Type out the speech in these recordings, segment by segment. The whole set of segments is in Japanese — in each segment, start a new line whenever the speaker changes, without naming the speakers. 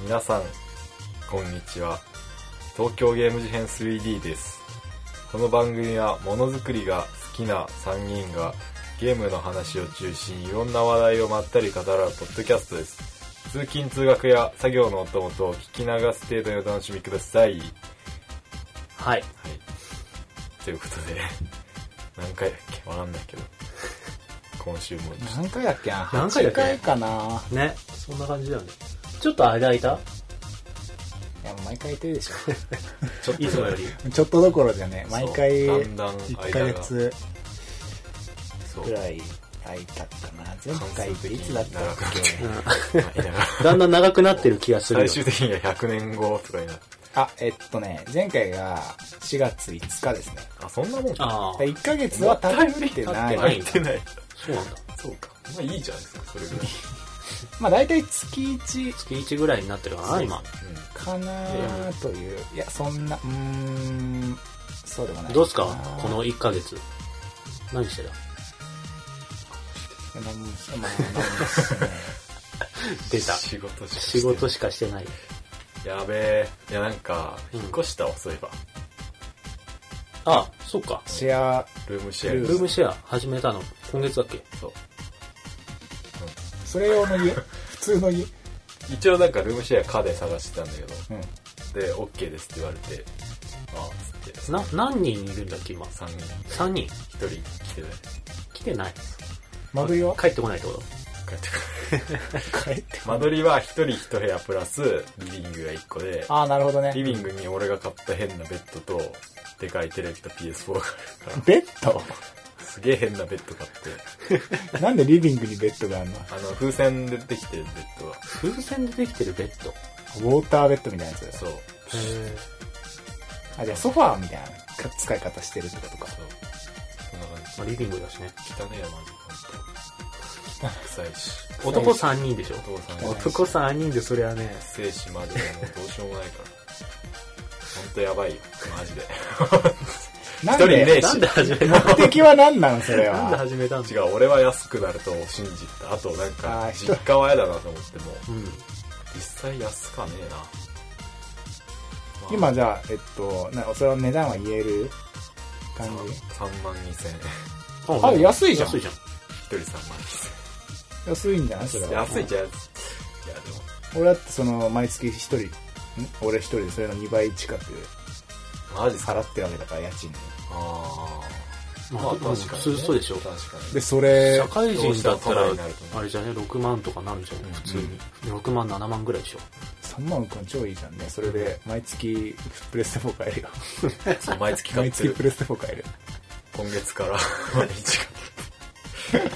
皆さんこんにちは東京ゲーム事変 3D ですこの番組はものづくりが好きな3人がゲームの話を中心にいろんな話題をまったり語らうポッドキャストです通勤通学や作業のお供と聞き流す程度にお楽しみください
は
は
い。
い。ということで、 何回だっけわかんないけど。今週も、
何回だっけな
何回だっけ
?8 回かな
ね。そんな感じだよね。ちょっと間空いた
いや、毎回言ってるでし
ちょっ
いつもより。
ょ。ちょっとどころじゃね、毎回、
そうだんだん
1ヶ月
そう
く。らい空いたかな。前回っていつだ
長
ったっ
くなって
け
間 が
だんだん長くなってる気がするよ。
最終的には100年後とかになって。
あ、えっとね、前回が4月5日ですね。
あ、そんなもんか。
ああ。
1ヶ月は経ってな
経
い。
ってな
入ってない。
そうなんだ。
そうか。まあいいじゃないですか、それぐらい。
まあ大体月1
月1ぐらいになってるかな、今。
かなという。いや、そんな、うーん、そうでもない。
どうすかこの1ヶ月。何してた
何もしてない何もしてない
出た。
仕事しかして
仕
ない
事しかしてない。
やべえ。いや、なんか、引っ越したわ、そういえば。
あ、そうか。
シェア、
ルームシェア。
ル
ルームシェア始めたの、今月だっけ
そう。
それ用の家普通の家
一応なんかルームシェアかで探してたんだけど。
うん。
で、OK ですって言われて、ああ、つって、
な、何人いるんだっけ、今。
3人、
3人。
1人来てね、
来てない。
間取りは
帰ってこないってこと
帰ってくる。
帰って。
間取りは1人1部屋プラス、リビングが1個で、
ああ、なるほどね。
リビングに俺が買った変なベッドと、でかいテレビと PS4 があるか
ベッ ド
ら、すげえ変なベッド買って、
なんでリビングにベッドがあるの
あの、風船でできてるベッドが、
風船でできてるベッド。
ウォーターベッドみたいなやつ
そう、
あ、じゃあソファーみたいな使い方してるってことか。
そう、そんな感
まあ、リビングだしね。
じ。汚ねえよ、マジで。本当臭いし、
男3人でしょ
お父さん
お
が
男3人でそりゃね、
生死までもうどうしようもないから。ほんとやばいよ、マジで。
なん
一人いねえ
で、
し
なんで始めた
目的は何なのそれ
なんで
は。
始めたんだ
違う俺は安くなると信じたあとなん
あ
か
ー
実家は嫌だなと思っても
うん。
実際安かねえな、まあ
今じゃあ、えっと、なそれは値段は言える感
さん
じ
3万2000円
あ安いじゃん
安いじゃん。
一人3万2000
安いんじゃないそれ
円
は。
安いじゃんいやでも
俺だってその、毎月一人、ん俺一人でそれの2倍近く
マジっすか
払ってるわけだから、家賃に。
あー
まあ、まあ、普通そうでしょ。
確かに
で、それ
社、会人だったら
どうしても都内になるとね、
あれじゃね、6万とかなるじゃん、普通に。6万、7万ぐらいでしょ。
3万くん超いいじゃんね。それで、毎月、プレステ4買えるよ。
そう毎月買
毎
って
月
る
プレステ4買える。
今月から毎日買って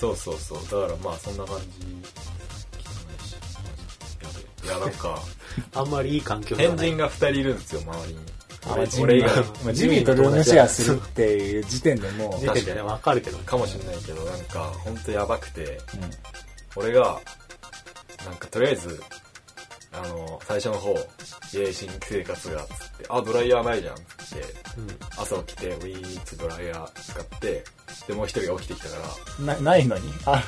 そうそうそうだからまあそんな感じ汚いしマジでやべえいやなんか
あんまりいい環境で
変
はない
人。が2人いるんですよ周りに
あ
俺
ジ
俺以外
まあジミーとルームシェアするっていう時点でもう、
出ててね、わかるけど。
かもしれないけどなんか本当やばくて
うん
俺がなんかとりあえずあの最初の方「イエイ新生活が」つって「あドライヤーないじゃん」つって
うん。
朝起きてウィーッとドライヤー使ってでもう一人が起きてきたから
なないのにあ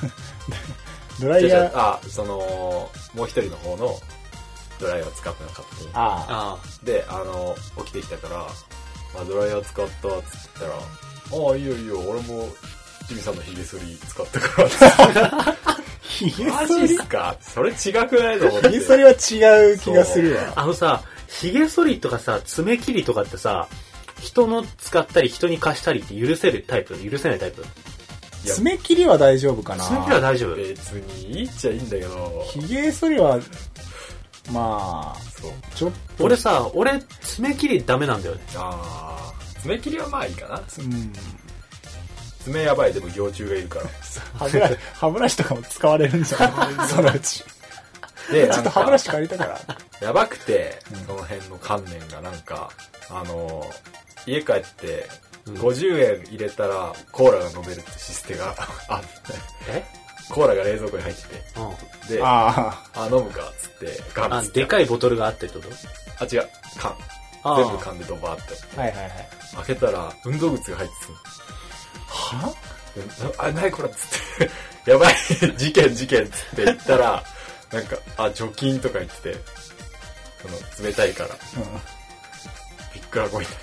ドライ
じゃ
ヤ
あじ
ー、
ゃああそのもう一人の方のドライヤーを使ったの勝手に
あ
あ
であの起きてきたから、まあ、ドライヤー使ったっつったら「ああいいよいいよ俺もジミさんのヒゲ剃り使ったから」
あ、ひげ
マ
剃
ジっ
り
すかそれ違くないと思って。
ひげ剃りは違う気がする
あ。
わ。
あのさ、髭剃りとかさ、爪切りとかってさ、人の使ったり人に貸したりって許せるタイプ許せないタイプ
いや
爪切りは大丈夫かな
爪切りは大丈夫。
別にいいっちゃいいんだけど。
ひげ剃りは、ま
そう。
あ、ちょっと、
俺さ、俺、爪切りダメなんだよね。
あー。爪切りはまあいいかな。
うん、
爪やばい、でも幼虫がい るから。
歯ブラシ、歯ブラシとかも使われるんじゃないそのうち。
で、
ちょ
な
っ
ん
と歯ブラ
か、
シ借りたから。
やばくて、その辺の観念がなんか、あのー、家帰って、
うん
50円入れたらコーラが飲めるってシステが あって、
え
コーラが冷蔵庫に入って
う
て、で、あ
ああ、
飲むか、つって、ガ
ん。
ン
あ
っつっ、て。
でかいボトルがあってってこと
あ、違う、缶。
あ
全部
あ。
缶でドバーって。
はいはいはい。
開けたら、運動靴が入ってたの
は
あ、ないこれっつって、やばい、事件事件っつって言ったら、なんか、あ、除菌とか言ってて、その、冷たいから、びっくらこいた。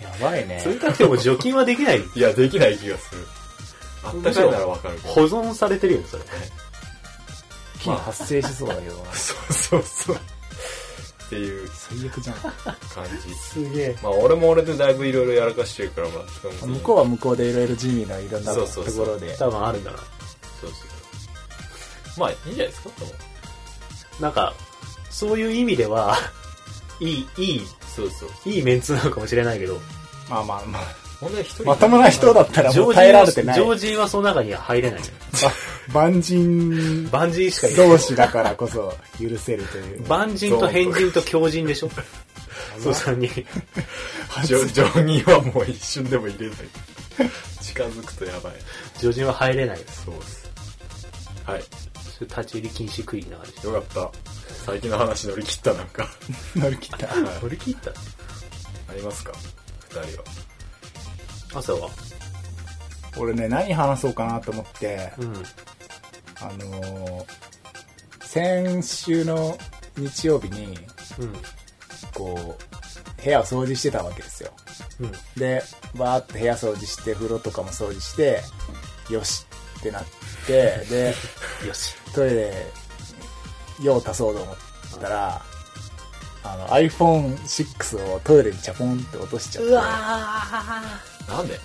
やばいね。
冷たくても除菌はできない。
いや、できない気がする。あったかいならわかるけど。
保存されてるよね、それ。
菌発生しそうだけどな。
そうそうそう。っていう
最悪じゃん。
感じ。
すげえ。
まあ、俺も俺でだいぶいろいろやらかしてるから、まあ、人も
向こうは向こうでいろいろ地味ないろんな
そ
と
うそうそう
ころで。
多分あるんだな。
そうそうまあ、いいんじゃないですか、とも。
なんか、そういう意味では、 いい、いい、
そうそう。
いいメンツなのかもしれないけど、
まあまあまあ。
ほんで一人。
まともな 人だったらもう耐えられてない。
常人はその中には入れない。
万人
万人しかいない。
同士だからこそ許せるという。
万人と変人と強人でしょ そうさんに。
ジョジョニーはもう一瞬でも入れない。近づくとやばい。
常人は入れない。
そうっす。はい。
それ立ち入り禁止区域な感じ。
よかった。最近の話乗り切ったなんか。
乗り切った。
乗り切った
ありますか二人は。
朝は
俺ね、何話そうかなと思って、
うん。
あのー先週の日曜日に、
う
こう、部屋を掃除してたわけですよ。
ん。うん。
で、バーって部屋掃除して、風呂とかも掃除して、よしってなって、で、
よし。
トイレ、用足そうと思ったら、あの、iPhone6 をトイレにチャポンって落としちゃって。
なんで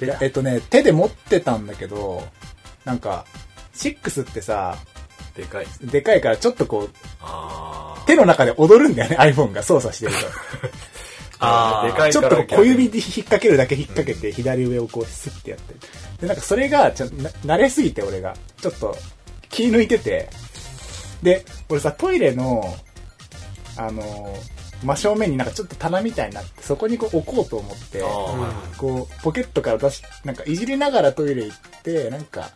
で、
えっとね、手で持ってたんだけど、なんか、6ってさ、
でかい。
でかいからちょっとこう、
あ
手の中で踊るんだよね、iPhone が操作してる
あー
でか
と。
いか
ちょっ
ら
とこう小指で引っ掛けるだけ引っ掛けて、左上をこうスッてやってる。で、なんかそれが、ちょっとな慣れすぎて俺が、ちょっと気抜いてて、で、俺さ、トイレの、あのー真正面になんかちょっと棚みたいになって、そこにこう置こうと思って、
あー、はいはい
こう、ポケットから出し、なんかいじりながらトイレ行って、なんか、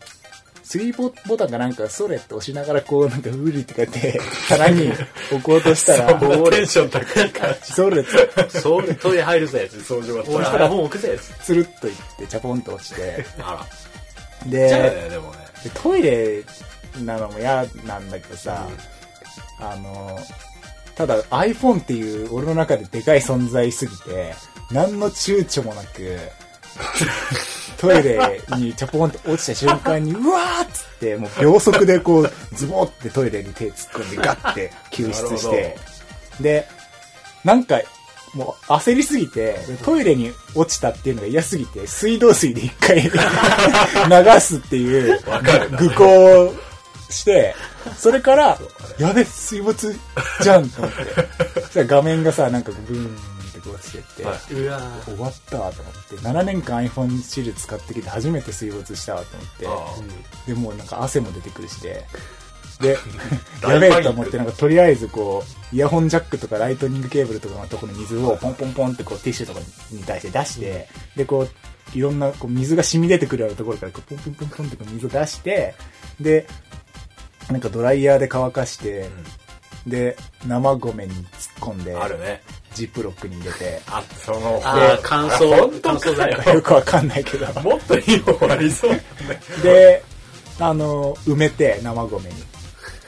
スリーボボタンがなんか、それって押しながらこう、なんか、ウリって書いて、棚に置こうとし たら、
こんなテンション高い感じ。
それつ、
そう、トイレ入るぜ、つ。
掃除終わ
俺
っ
から本置くぜ、つ。
つるっといって、チャポンと落 ちて、
たら。あら。じゃあ
で、
ね、でもね。
でトイレなのも嫌なんだけどさ、あの、ただ iPhone っていう俺の中ででかい存在すぎて、何の躊躇も なく、トイレにチャポンと落ちた瞬間 に、うわーっつって、もう秒速でこう、ズボってトイレに手突っ込んでガッて救出し
なる
て、で、なんか、もう焦りすぎて、トイレに落ちたっていうのが嫌すぎて、水道水で一回 流すっていう、愚行をして、それから、やべ、水没じゃんと思って。そしたら画面がさ、なんかブーンってこうしてって、
はいう
わ
終わったわと思って、7年間 iPhone シリーズ使ってきて初めて水没したわと思って、
あー
で、もうなんか汗も出てくるし で、で、や
大
べ
パニック
えと思って、なんかとりあえずこう、イヤホンジャックとかライトニングケーブルとかのところに水をポンポンポンってこうティッシュとかに対して出して、で、こう、いろんなこう水が染み出てくるようなところからこうポンポンポンポンってこう水を出して、で、なんかドライヤーで乾かして、で、生米に突っ込んで、
あるね。、
ジップロックに入れて
あ、その、
あー乾燥
本当かよ。
よくわかんないけど、
もっといい方法ありそうだね。
で、あの、埋めて生米に。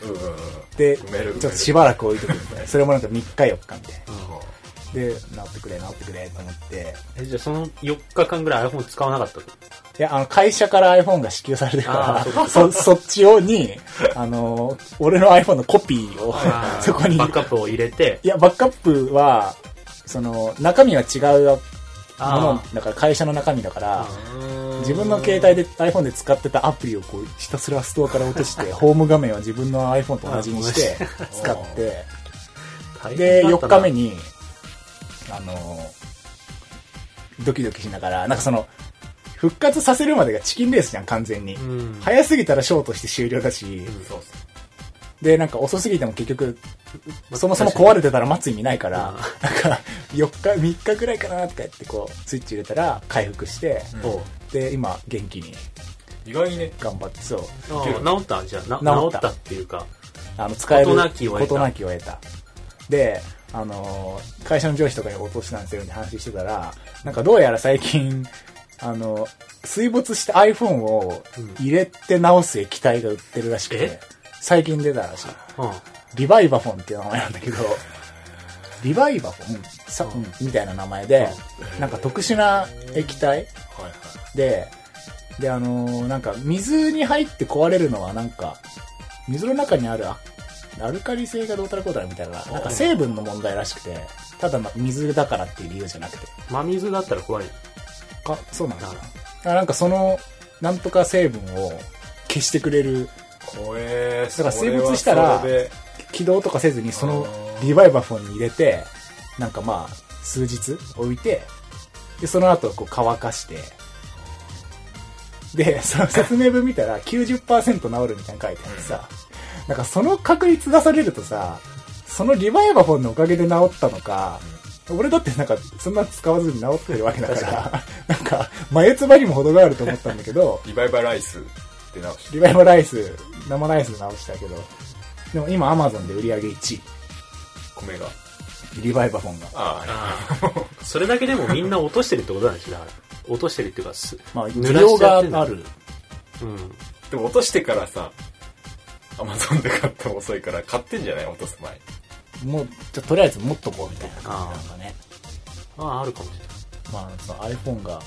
うんうんうん。
で、ち
埋める埋め
ょ
る
っとしばらく置いとくみたいな。それもなんか3日4日みたいな。で、治ってくれ、治ってくれと思って。
え、じゃあその4日間ぐらい iPhone 使わなかったと
いや、あの、会社から iPhone が支給されてる
あー
か
そう
ら、そ、そっち用に、あの、俺の iPhone のコピーを、そこに。
バックアップを入れて、
いや、バックアップは、その、中身は違うも
あ
のだから、会社の中身だから、
ー
自分の携帯で iPhone で使ってたアプリをこうひたすらストアから落として、ホーム画面は自分の iPhone と同じにして使って、
大
で、
変だっ
4
たな
日目に、あのードキドキしながら、なんかその、復活させるまでがチキンレースじゃん、完全に。
うん。
早すぎたらショートして終了だし、
そうっす。
で、なんか遅すぎても結局、
ま
そもそも壊れてたら待つ意味ないから
うん、
なんか、4日、3日くらいかなとか言ってこう、スイッチ入れたら回復して、
おう
で、今、元気に
意外にね、
頑張って、そう、
あー治ったじゃあ、な
治
治
った
ったっていうか。
あの、使える
事なきを得た
事なきを得た。で、あのー、会社の上司とかに落としたんですよって話してたら、なんかどうやら最近、 あの、水没した iPhone を入れて直す液体が売ってるらしくて
え、
最近出たらしい。リバイバフォンっていう名前なんだけ ど、リバイバフォンさ、うんみたいな名前で、なんか特殊な液体
はいはい
で、で、あのーなんか水に入って壊れるのはなんか、水の中にあるあアルカリ性がどうたらこうたらみたいな、なんか成分の問題らしくて、ただま水だからっていう理由じゃなくて、
うん。真水だったら怖い。
か、そうなんだな。あなんかその、なんとか成分を消してくれる、
怖え
だから水没したら
それは
起動とかせずにそのリバイバフォンに入れて、なんかまあ、数日置いて、で、その後こう乾かして、で、その説明文見たら90%治るみたいなの書いてあってさ、なんかその確率出されるとさ、そのリバイバフォンのおかげで治ったのか、俺だってなんかそんな使わずに治ってるわけだから、なんか眉唾にも程があると思ったんだけど、
リバイバライスって直して
リバイバライス、生ライス直したけど、でも今 Amazon で売り上げ1
米が
位、リバイバフォンが。
ああ
それだけでもみんな落としてるってことなんですよ、だから。落としてるっていうか、す、
まあ、需
濡らし
要
ちゃってんだ
がある。
うん。
でも落としてからさアマゾンで買っても遅いから買ってんじゃない落とす前に
もう、じゃあとりあえず持っとこうみたいな感
あ
じ
ー
なんかね。
ああ、あるかもしれない。
まあ、その iPhone が、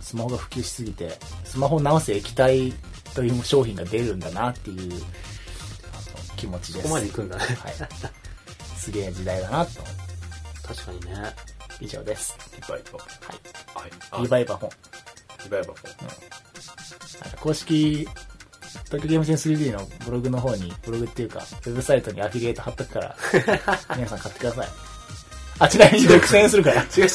スマホが普及しすぎて、スマホを直す液体という商品が出るんだなっていう、あの気持ちで
こ
す。
こまで行くんだね。
はい。すげえ時代だなと思って。
確かにね。
以上です。
リバイバ
は
は
い。
いあ
リバイバフォン。
リバイバフォン
あの公式、東京ゲームセン 3D のブログの方に、ブログっていうか、ウェブサイトにアフィリエイト貼っとく から、皆さん買ってください。あ、ちなみに6000円するから。
違う違う違う違う。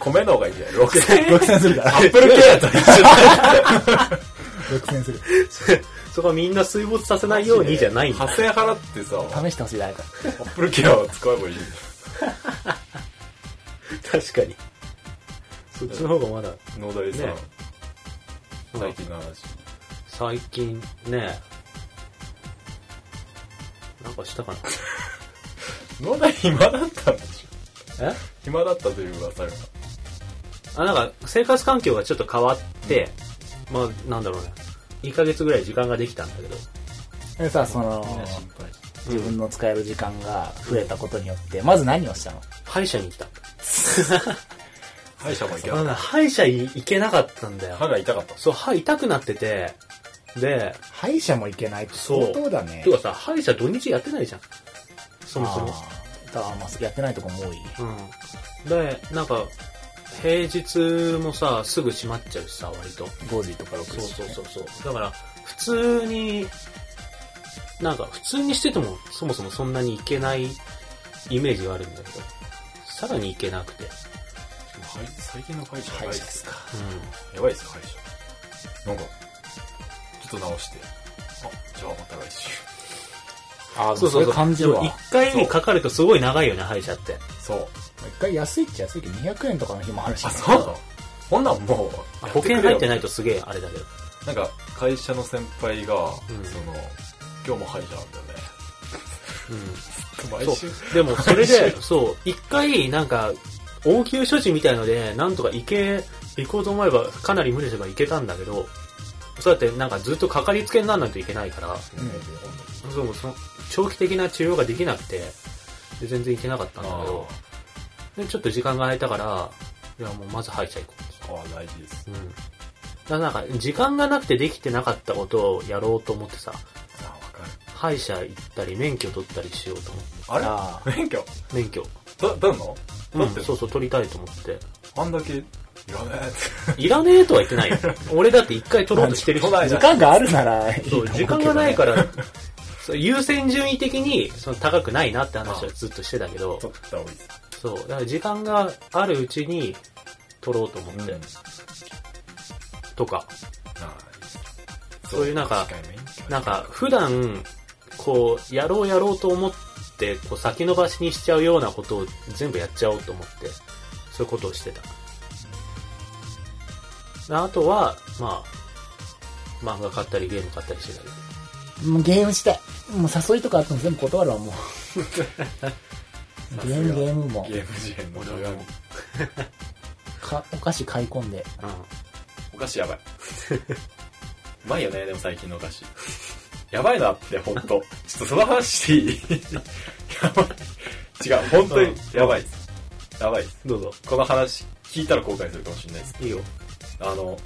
米の方がいいんじゃない6000円
6000円するから。
アップルケ アと一緒だ
6000円する。
そこはみんな水没させないようにじゃないんだ。
8000円払ってさア
試してほしい 誰か。
ップルケアを使えばいいんだよ
確かに。そっちの方がまだ。
農大さん、
ね
最近の話
最近ね。なんかしたかな。
農大暇だったんでしょ
え
暇だったという噂が
あ、なんか生活環境がちょっと変わって、まあなんだろうね。1ヶ月ぐらい時間ができたんだけど。
でさ、その、自分の使える時間が増えたことによって、まず何をしたの
歯医者に行った。
歯医者も行けな
あ
か
の
っ
ね歯医者い行けなかったんだ
た歯
よ。
が痛かった
そう、歯痛くなってて、で、
歯医者も行けないって
そう
相当だね
て。かさ、歯医者土日やってないじゃん。そもそも。
あーだからまあやってないとこも多い。
うん。で、なんか、平日もさ、すぐ閉まっちゃうしさ、割と。
5時とか6時、
そうそうそうそう。だから、普通に、なんか、普通にしてても、そもそもそんなに行けないイメージがあるんだけど、さらに行けなくて。
はい最近の歯医者
歯
やば
医
い
者
っ
です
す
か。
やばいっす歯医者なんかちょっと直してあじゃあまた来週
あ
う
あ、
ん。
そうそういう感じ
でも
は。
一回にかかるとすごい長いよね、歯医者って。
そう
一回安いっちゃ安いけど、200円とかの日もあるし。
あそうなのほんなんもう
保険入って
い
ないとすげえあれだけど。
なんか会社の先輩が、
ん
その今日も歯医者なんだよね
うん。
毎
そ
週
う。でも、それで、そう、一回、なんか、応急処置みたいので、なんとか行け、行こうと思えば、かなり無理すれば行けたんだけど、そうやって、なんかずっとかかりつけにならないといけないから、
うん
そうその長期的な治療ができなくて、で全然行けなかったんだけど、で、ちょっと時間が空いたから、いや、もうまず歯医者行こ
ああ大事です
う。うん。だからなんか、時間がなくてできてなかったことをやろうと思ってさ、
あわかる
歯医者行ったり、免許取ったりしようと思って、
あれ
あ
免許
免許。
だだんの
う
だ
ん
って、
そうそう、取りたいと思って。
あんだけいらねえって
いらねえとは言ってないよ。俺だって一回取ろうとしてるし。
取らない
時間があるならいいと
そ
思
う、
うけど、
時間がないから、そう優先順位的に、その高くないなって話はずっとしてたけど、
取った方がいいです
そう、だから時間があるうちに取ろうと思って、
うん
とか、
ああいいです
そういうなんか
確に免許
なんか普段、こう、やろうやろうと思って、こう先延ばしにしちゃうようなことを全部やっちゃおうと思って、そういうことをしてた。あとは、まあ、漫画買ったりゲーム買ったりしてたけど、
もうゲームしたい。もう誘いとかあっても全部断るわ、 もう。ゲーム、ゲームも
ゲーム事変の女
俺は
神
も
か、お菓子買い込んで。
うん。
お菓子やばいうまいよねでも最近のお菓子やばいなって、ほんと。ちょっとその話していいやばい。違う、本当にやばいです。やばいです。
どうぞ。
この話、聞いたら後悔するかもしれないです。
いいよ。
あの、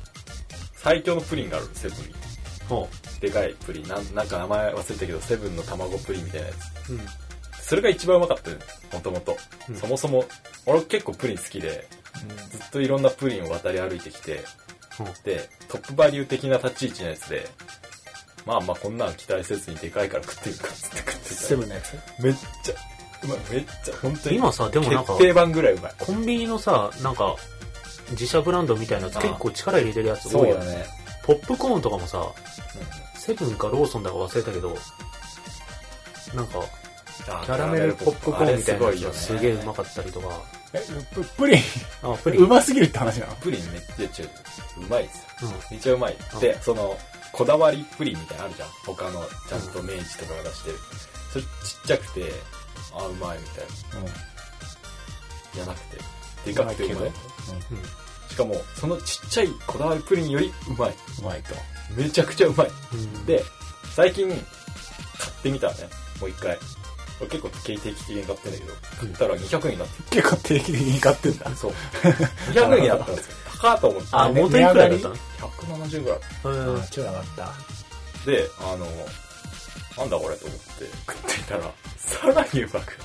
最強のプリンがあるセブンに。
ほ
でかいプリン。なんなんか名前忘れたけど、セブンの卵プリンみたいなやつ。
う。うん。
それが一番うまかったよね、もともと
うん。
そもそも、俺結構プリン好きで、ずっといろんなプリンを渡り歩いてきて、
ほう
で、トップバリュー的な立ち位置のやつで、まあまあこんなん期待せずにでかいから食ってるかっつって食ってた。
セブンのやつ
めっちゃ、うまい、めっちゃ、本当に。
今さ、でもなんか
決、定版ぐらいうまい。
コンビニのさ、なんか、自社ブランドみたいなやつ
ああ
結構力入れてるやつ多いよね。
ね。
ポップコーンとかもさ、セブンかローソンだか忘れたけど、なんか、
あ
キャラメルポップコーンみたいなやつがすげえうま
く
かったりとか、
えププリン
あ、プリン。
うますぎるって話なの
プリンめっちゃちょうまいですよ。
う
めっちゃうまい。で、その、こだわりプリンみたいなのあるじゃん。他の、ちゃんと明治とかが出してる。それちっちゃくて、あ、うまいみたいな。じゃなくて、でかくてうまい。
ん。うん。
しかも、そのちっちゃいこだわりプリンよりうまい。
うまいと
めちゃくちゃうまい。
うん、
で、最近、買ってみたね。もう一回。俺結構定期的に買ってんだけど、買ったら200円になって
結構定期的に買ってんだ
る。そう。200円になったんですよ。高いと思って。
あ、
ね
元いくらいだったの
170ぐらい。
うん
超上がった
で、あの、なんだこれと思って食っていたら、さらにうまく。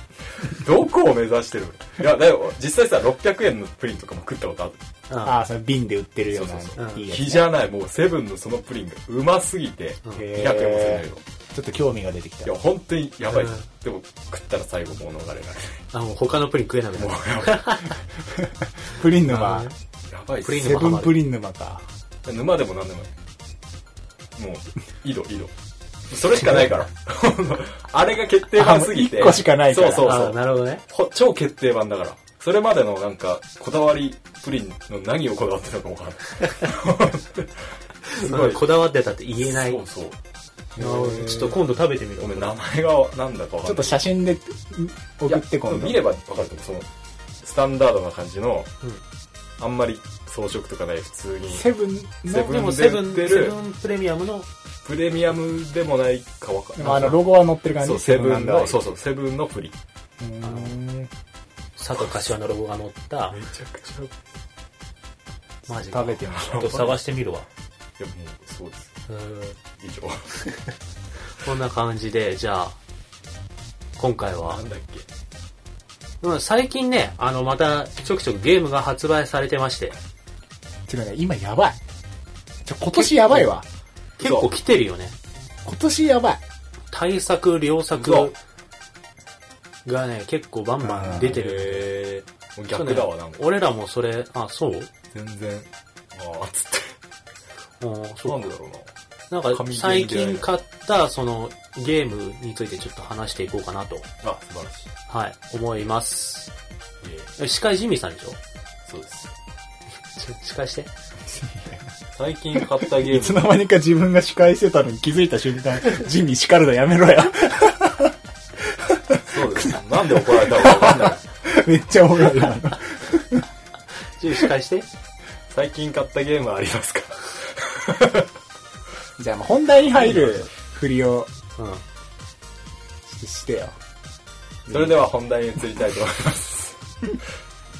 どこを目指してるのいや、だよ、実際さ、600円のプリンとかも食ったことある。
あ
ああその瓶で売ってるような
そう
そうそう
いいやつ
日じゃない、もうセブンのそのプリンがうますぎて、
うん
200円もするんだけ
へ
ど。
ーちょっと興味が出てき
い
た
や、本当にやばい。
うん
でも、食ったら最後もう逃れられない。
あ、もう他のプリン食えなくな
も
る。
うやばい。
プリン沼
うん
やばいっ
プリン
す
セ
よ。
ブンプリン沼か
沼でもなんでもない。もう、井戸、井戸。それしかないから。 あれが決定版すぎて。
あもう一個しかないから
そうそう
あ
そう
なるほどね。
ほ。超決定版だから。それまでのなんか、こだわりプリンの何をこだわってるのかわからない。すご
う
い
ん。こだわってたって言えない。
そうそう。
なるほどちょっと今度食べてみる
ご。めん、名前がなんだかわかんない。
ちょっと写真でん送って今
いや
度
見ればわかると思う。その、スタンダードな感じの、
うん
あんまり装飾とかない普通に。
セブン
セ
の
ブン
でもセブ
売っ
ン、
てる
セブンプレミアムの、
プレミアムでもないかわかん
で
ない。
もあのロゴは載ってる感じ
そう、セブンの、そううそう、セブンのプリン。め
ーん
佐藤柏のロゴが載った、
ちゃくちゃ。い
マジか
食べてみ
ちょっと探してみるわ。
や、もう、そうです。
うん
以上。
こんな感じで、じゃあ、今回は
な、んだっけ。
うん最近ね、あの、また、ちょくちょくゲームが発売されてまして、
てかね今やばいちょ今年やばいわ
結構来てるよね。
今年やばい
対策、良
そ
作がね、結構バンバン出てる。
へーもう逆だわ、なんか。
俺らもそれ、あ、そう
全然。ああ、つっ
うん
て。な
そ
ん
う
でだろうな。
なんか最近買ったそのゲームについてちょっと話していこうかなと、
あ、素晴らしい。
はい、思います。
いえいえ
え司会ジミーさんでしょ
そうです。
ちょ司会して。
最近買ったゲ
いつ
ーム。
の間にか自分が司会してたのに気づいた瞬間、ジミー叱るのやめろ や。
そうです。なんで怒られたのかわかんない。
めっちゃおもろいな。
ジミー司会して。
最近買ったゲームありますか
じゃあもう本題に入る振りを
うん。
ししてよ。
それでは本題に移りたいと思います。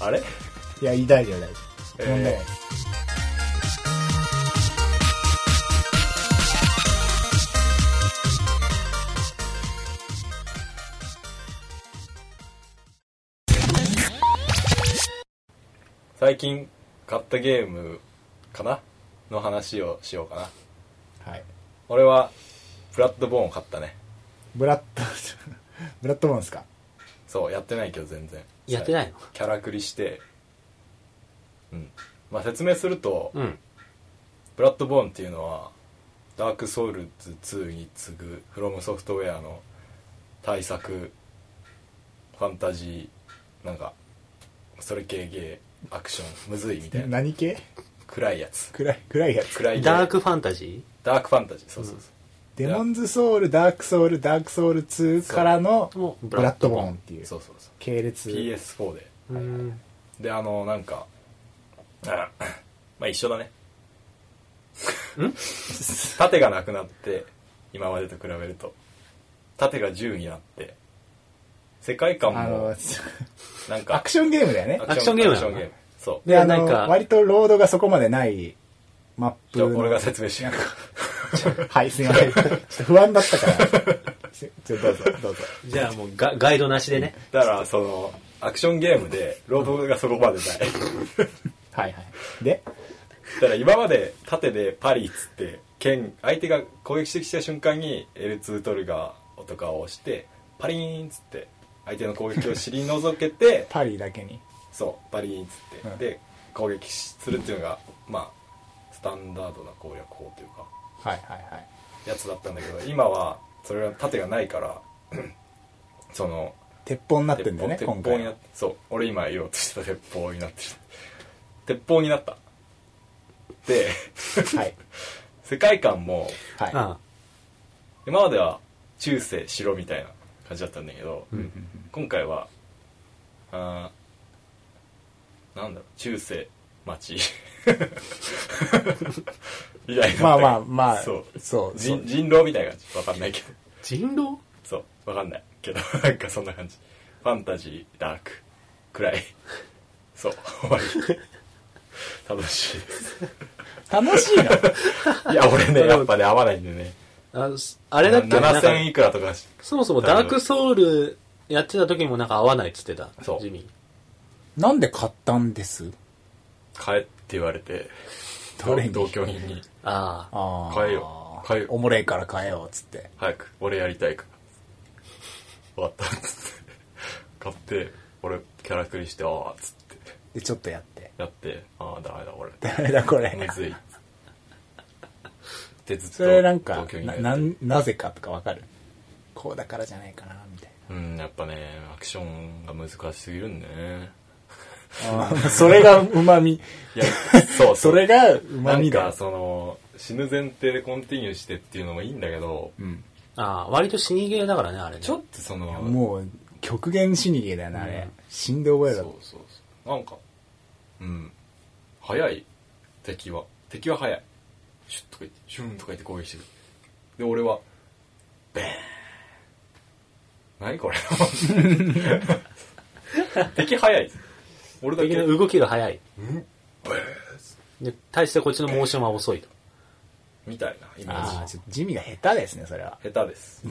あれ
いや、いい大丈夫大丈
え
夫。
ー
問題ない。
最近買ったゲームかなの話をしようかな。
はい。
俺は、プラットボーンを買ったね。
ブラッド、 ブラッドボーンですか
そう、やってないけど全然。
やってないの
キャラクリして、うん。まあ説明すると、
うん。
プラットボーンっていうのは、ダークソウルズ2に次ぐ、フロムソフトウェアの対策、ファンタジー、なんか、それ系ゲー、アクション、むずいみたいな、
何系
暗いやつ。
暗い、暗いやつ。
暗い系
ダークファンタジ
ダークファンタジー、そうそうそう。
デモンズソウル、ダークソウル、ダークソウル2からの
そうもう
ブラッドボーンっていう
そうそうそう。
系列。
PS4 で。
ーうん。
で、あの、なんか、あ まあ一緒だね。盾がなくなって、今までと比べると縦が10になって世界観
あ
も
の、
なん
ア
か
クションゲームだよね。
アクションゲーム
アクションゲームそ
で、あ
なん
の、
か
割とロードがそこまでないマッ
う
プ
じゃあ
の。
俺が説明しよう
はい、すいません。ちょっと不安だった から。しちょどうぞ、どうぞ。
じゃあもうガガイドなしでね。
だからそのアクションゲームでロードがそこまでない
はいはい。で、
だから今まで縦でパリっつって剣相手が攻撃してきた瞬間に L2 トルガーとかを押してパリーンっつって相手の攻撃を退けて
パリだけに。
そうパリーンっつって、
うん
で攻撃するっていうのがまあスタンダードな攻略法というか
はいはいはい。
やつだったんだけど今はそれは縦がないから その
鉄砲になってんだよね、
鉄
今
砲鉄砲に
回
なっ
は。
てそう俺今言おうとしてた鉄砲になってる鉄砲になったで
はい。
世界観も
は
あ
い。
あ
今までは中世城みたいな感じだったんだけど、
うん
今回はあーなんだろう中世町みたいな
まあまあまあ、
そう
そう、そう
人。人狼みたいな感じわかんないけど
人狼
そうわかんないけどなんかそんな感じファンタジーダーク暗いそう終わり楽しいです
楽しいな。
いや俺ねやっぱね合わないんでね
あすあれだっけなんか
7000いくらとかし
そもそもダークソウルやってた時もなんか合わないっつってた。
そう
ジミー。
なんで買ったんです
買えって言われて
どれに
同居人に
ああ。
あ
買えよ買えよ
おもれえから買えよ、つって。
早く俺やりたいから終わったっつって買って俺キャラクリしてああっつって
で、ちょっとやって。
やってああダメだ俺
ダメだ、これ。
むずいでずっと
それなんか
同居、人がや
な、
って
なんなぜかとかわかるこうだからじゃないかな、みたい
うんやっぱねアクションが難しすぎるんで ね
な。 あーそれが旨味。
いや そう
それが旨
なん
味だ
か。その死ぬ前提でコンティニューしてっていうのもいいんだけど
うん。
ああ、割と死にゲーだからね、あれね。
ちょっとその
もう、極限死にゲーだよな、あ
う
れ
ん。
死んで覚え
そう
ろ。
そうそうなんかうん早い敵は敵は早いシュッとか言ってシュンとか言って攻撃してくるで俺はベーン何 これ敵早い俺だけ
敵の動きが早い。で、対してこっちのモーションは遅いと。
みたいなイメ
あ
ー
あ、ちょっと地味が下手ですね、それは。
ジ下手です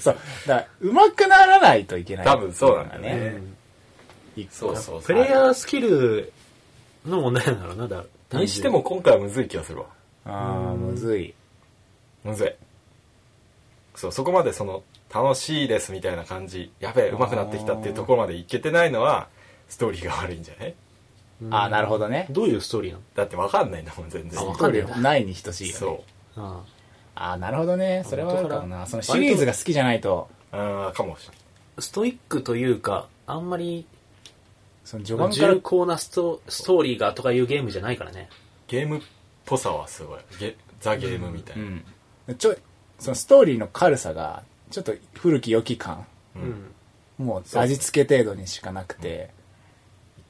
そう。だから、上手くならないといけない。
多分そうなんだよね
うん
一個。
そうそうそ
プ
う
レイヤースキルの問題なのな、だ
にしても。今回はむずい気がするわ
ああ、むずい。
むずいそうそこまでその楽しいですみたいな感じやべえ上手くなってきたっていうところまでいけてないのはストーリーが悪いんじゃない
ああ、なるほどね。
ど。どういうストーリーなの
だってわかんないんだもん全然
あわ
ス
か
ト
んな
ー
い
リ
んだ
ーないに等しいよね。
そ
あ
ああ、なるほどね。それはあるかも
本
な。
当
その
だ
シリーズが好きじゃないと、
うあーかもしれない
あストイックというか、あんまり
その序盤から
重、厚なストストーリーがとかいうゲームじゃないからね。
ゲームっぽさはすごいゲザ・ゲームみたいうな、
ん。ちょ、そのストーリーの軽さが、ちょっと古き良き感。
うん
う
言っ
ん。
もう
そう
味付け程度にしかなくて。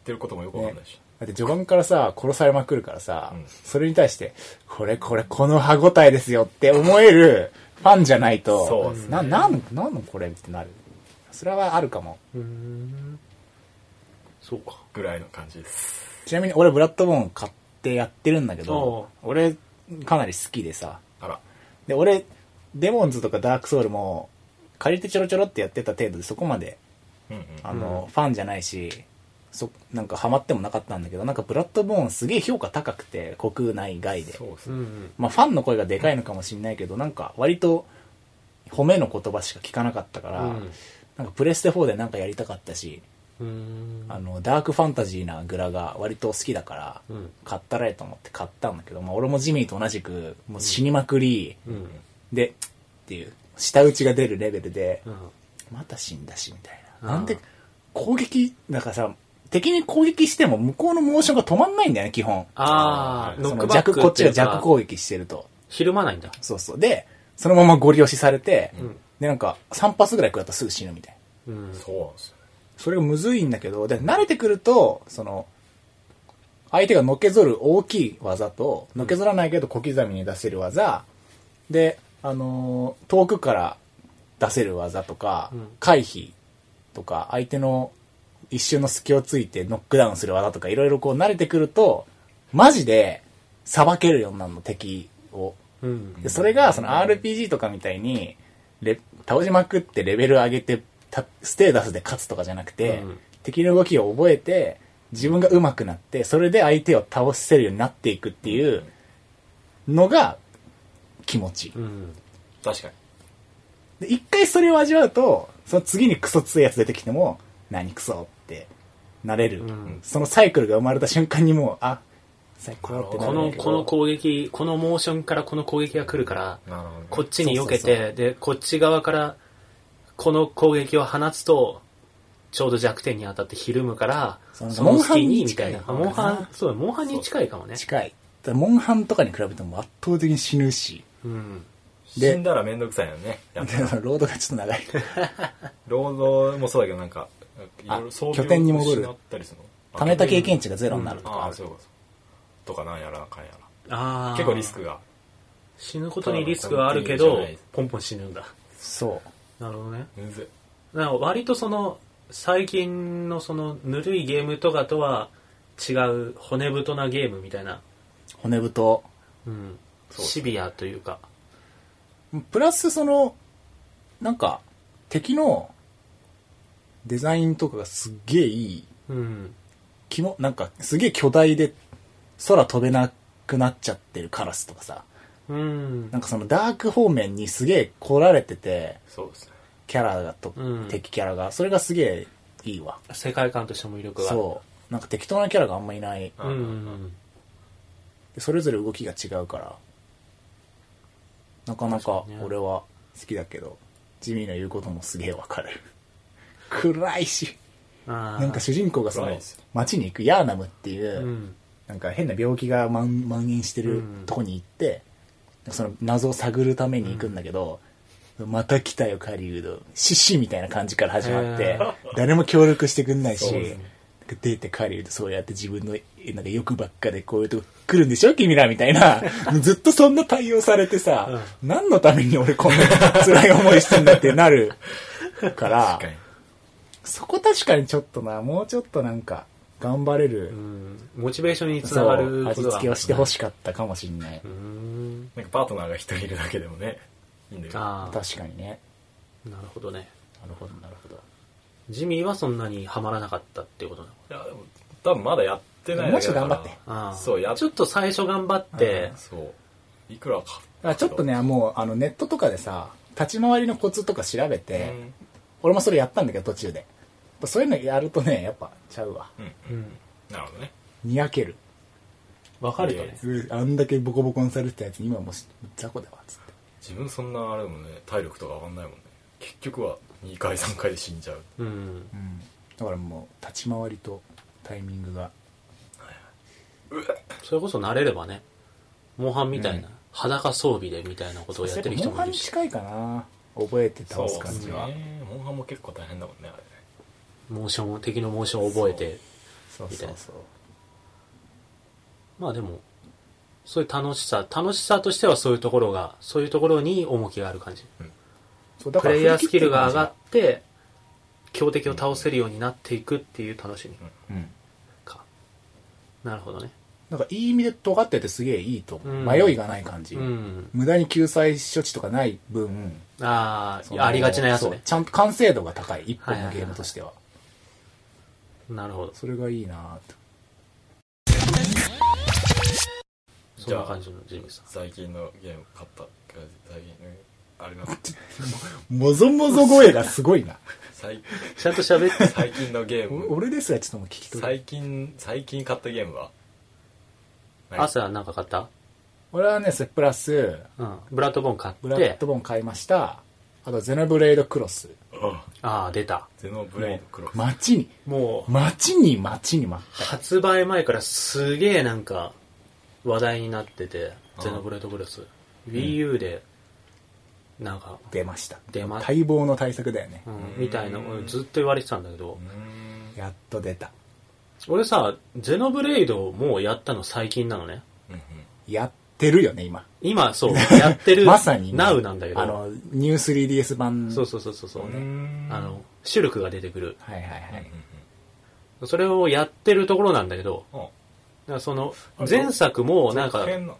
てることもよくわかんないし、
だって序盤からさ、殺されまくるからさ、
うん
それに対して、これこれこの歯応えですよって思えるファンじゃないと、
そうですね
な、なん、なんのこれってなる。それはあるかも。
うーん。そうか。
ぐらいの感じです
ちなみに俺ブラッドボーン買ってやってるんだけ
おう
ど、俺かなり好きでさ、
あら
で、俺、デモンズとかダークソウルも、借りてちょろちょろってやってた程度でそこまで、
うんうん
あの、ファンじゃないし、そ、なんかハマってもなかったんだけど、なんかブラッドボーンすげえ評価高くて、国内外で
そ。うです
うん
ね、
うん。
まあファンの声がでかいのかもしれないけど、なんか割と、褒めの言葉しか聞かなかったから、
うん
なんかプレステ4でなんかやりたかったし、
うーん。
あの、ダークファンタジーなグラが割と好きだから、
うん。
買ったらえと思って買ったんだけど、まあ俺もジミーと同じく、もう死にまくり、
うん。
で、っていう、舌打ちが出るレベルで、
うん。
また死んだし、みたい
うん
な。なんで、攻撃、なんかさ、敵に攻撃しても向こうのモーションが止まんないんだよね、基本。
あ
あ
あ、
ー
ノ
そ
ックバ
の
ック
弱、
っていうか。
こっちが弱攻撃してると。
ひるまないんだ。
そうそう。で、そのままゴリ押しされて、
ん
で、なんか、3発ぐらい食らったらすぐ死ぬみたいな。
うん。
そうなんですよね
それがむずいんだけど、で、慣れてくると、その、相手がのけぞる大きい技と、のけぞらないけど小刻みに出せる技、で、あのー遠くから出せる技とか、
うん
回避とか相手の一瞬の隙をついてノックダウンする技とかいろいろこう慣れてくるとマジでさばけるようになるの敵を
うん。
でそれがその RPG とかみたいにレ倒しまくってレベル上げてたステータスで勝つとかじゃなくて、
うん
敵の動きを覚えて自分が上手くなってそれで相手を倒せるようになっていくっていうのが気持ちいい
うん。
確かに。
で一回それを味わうとその次にクソ強いやつ出てきても何クソってなれる、
うん
そのサイクルが生まれた瞬間にもうあ最高ってな
こ
るんだ
の、
けど
この攻撃、このモーションからこの攻撃が来るから、
なるほどね、
こっちに避け
そうそう
て、で、こっち側から、この攻撃を放つと、ちょうど弱点に当たってひるむから、
そ
そうの隙に、
モンハンに
み
近
た
い
い
の
な。
かな
モンハン、そうだ、モンハンに近いかもね。
近いだからモンハンとかに比べても圧倒的に死ぬし
うん。
で
死んだらめんどくさいよね。やっぱ
でロードがちょっと長 い。
労働もそうだけど、なんか、いろいろ装備を
拠点に戻る
失ったりするの
貯めた経験値がゼロになると
あ
か
あ、。そういうこと。とかなんやらかんやら。
ああ。
結構リスク。が。
死ぬことにリスクはあるけど、ポンポン死ぬんだ。
そ
なるほどね。
むずい。
なんか割とその最近のそのぬるいゲームとかとは違う骨太なゲームみたいな、
う。骨太。
うん、
そう
シビアというか
プラスその、なんか、敵のデザインとかがすっげえいい。
うん
気も、なんかすげえ巨大で空飛べなくなっちゃってるカラスとかさ。
うん
なんかそのダーク方面にすげえ来られてて、
そうですね。
キャラがと、
うん
敵キャラが。それがすげえいいわ。
世界観としても魅力がある
そう。なんか適当なキャラがあんまいない。
うんうん
でそれぞれ動きが違うからなかなか
確かにね
俺は好きだけどジミーの言うこともすげえわかる暗いし
うんあー
なんか主人公がそ
暗い
の
ですよ
街に行くヤーナムっていう、
うん
なんか変な病気がまん蔓延してる
うん
とこに行って、その謎を探るために行くんだけど、また来たよ狩人獅子みたいな感じから始まって
へー
誰も協力してくんないし、
そう
なん
です
か
ね
出て狩人そうやって自分のなんか欲ばっかでこういうとこ来るんでしょ君らみたい なずっとそんな対応されてさ、何のために俺こんな辛い思いしてんだってなるから
確かに。
そこ確かにちょっとなもうちょっとなんか頑張れる、
うんモチベーションにつ
そ
な
う
がる
味付けをしてほしかったかもしんない、
うん
なんかパートナーが一人いるだけでもね、いいんだよ。
ああ
確かにね
なるほどね
なるほどなるほど
ジミーはそんなにはまらなかったっていうことなの
いや、でも、多分まだやってない
もうちょっと頑張って
あー
そうやっ
ちょっと最初頑張って
そう。いくらか。
あちょっとねもうあのネットとかでさ立ち回りのコツとか調べ
う
て、
ん。
俺もそれやったんだけど途中でそういうのやるとねやっぱちゃうわ
うん。
うん
なるほどね。
にやける
わかるよね
うんあんだけボコボコにされてたやつ今もう雑魚だわつって
自分そんなあれだもんね、体力とか上がんないもんね。結局は2回3回で死んじゃう。
うん
うんだからもう立ち回りとタイミングが
それこそ慣れればね、モンハンみたいな、裸装備でみたいなことをやってる人
モン
も
ハ
いる
ンに
し、
近いかな覚えて倒す感
です
じ
ね
は
モンハンも結構大変だもんね、あれね。
モーションを、敵のモーションを覚えて、
そうそうそう
まあでも、そういう楽しさ、楽しさとしてはそういうところが、そういうところに重きがある感じ。
そうだ
プ
から
レイヤースキルが上が
っ
って、強敵を倒せるようになっていくっていう楽しみ
うん
か。なるほどね。
なんかいい意味で尖っててすげえいいと思う、
うん
迷いがない感じ、
うん。
無駄に救済処置とかない分
あ
その
あ、ありがちなやつ
そう
ね。
ちゃんと完成度が高い一本のゲームとしては,、
なるほど。
それがいいなと
そんな感じのジミーさん。
最近のゲーム買った。最近の、あります。
もぞもぞ声がすごいな
最
ちゃんと喋 って、
最近のゲー
お
ム。
俺ですらちょっともう聞き取れない
最近、最近買ったゲームはない
朝なんか買った
俺はねそれプラス
うん。ブラッドボーン買
ブラ
っ
ッ
て
ド、ボーン買いましたあとゼノブレイドクロス
あ
ああ、出た。
ゼノブレイドクロス。
待ちに
もう、
待ちに待ちに待った
発売前からすげえなんか、話題になってて、
あ
ゼノブレードブレス。Wii U で、なんか、
出ました
出ま
待望の対策だよね、
うん、みたいな、俺ずっと言われてたんだけど
う、ん
やっと出た
俺さ、ゼノブレイドもうやったの最近なのね。
うんうん
やってるよね、今。
今、 そう、やってる、
まさに、
ナウなんだけど、
あの、ニュー 3DS 版。
そうそうそうそうそう、
ん
あの、シュルクが出てくる。
はいはいはい。
それをやってるところなんだけど、だからその、前作も、なんか、
変な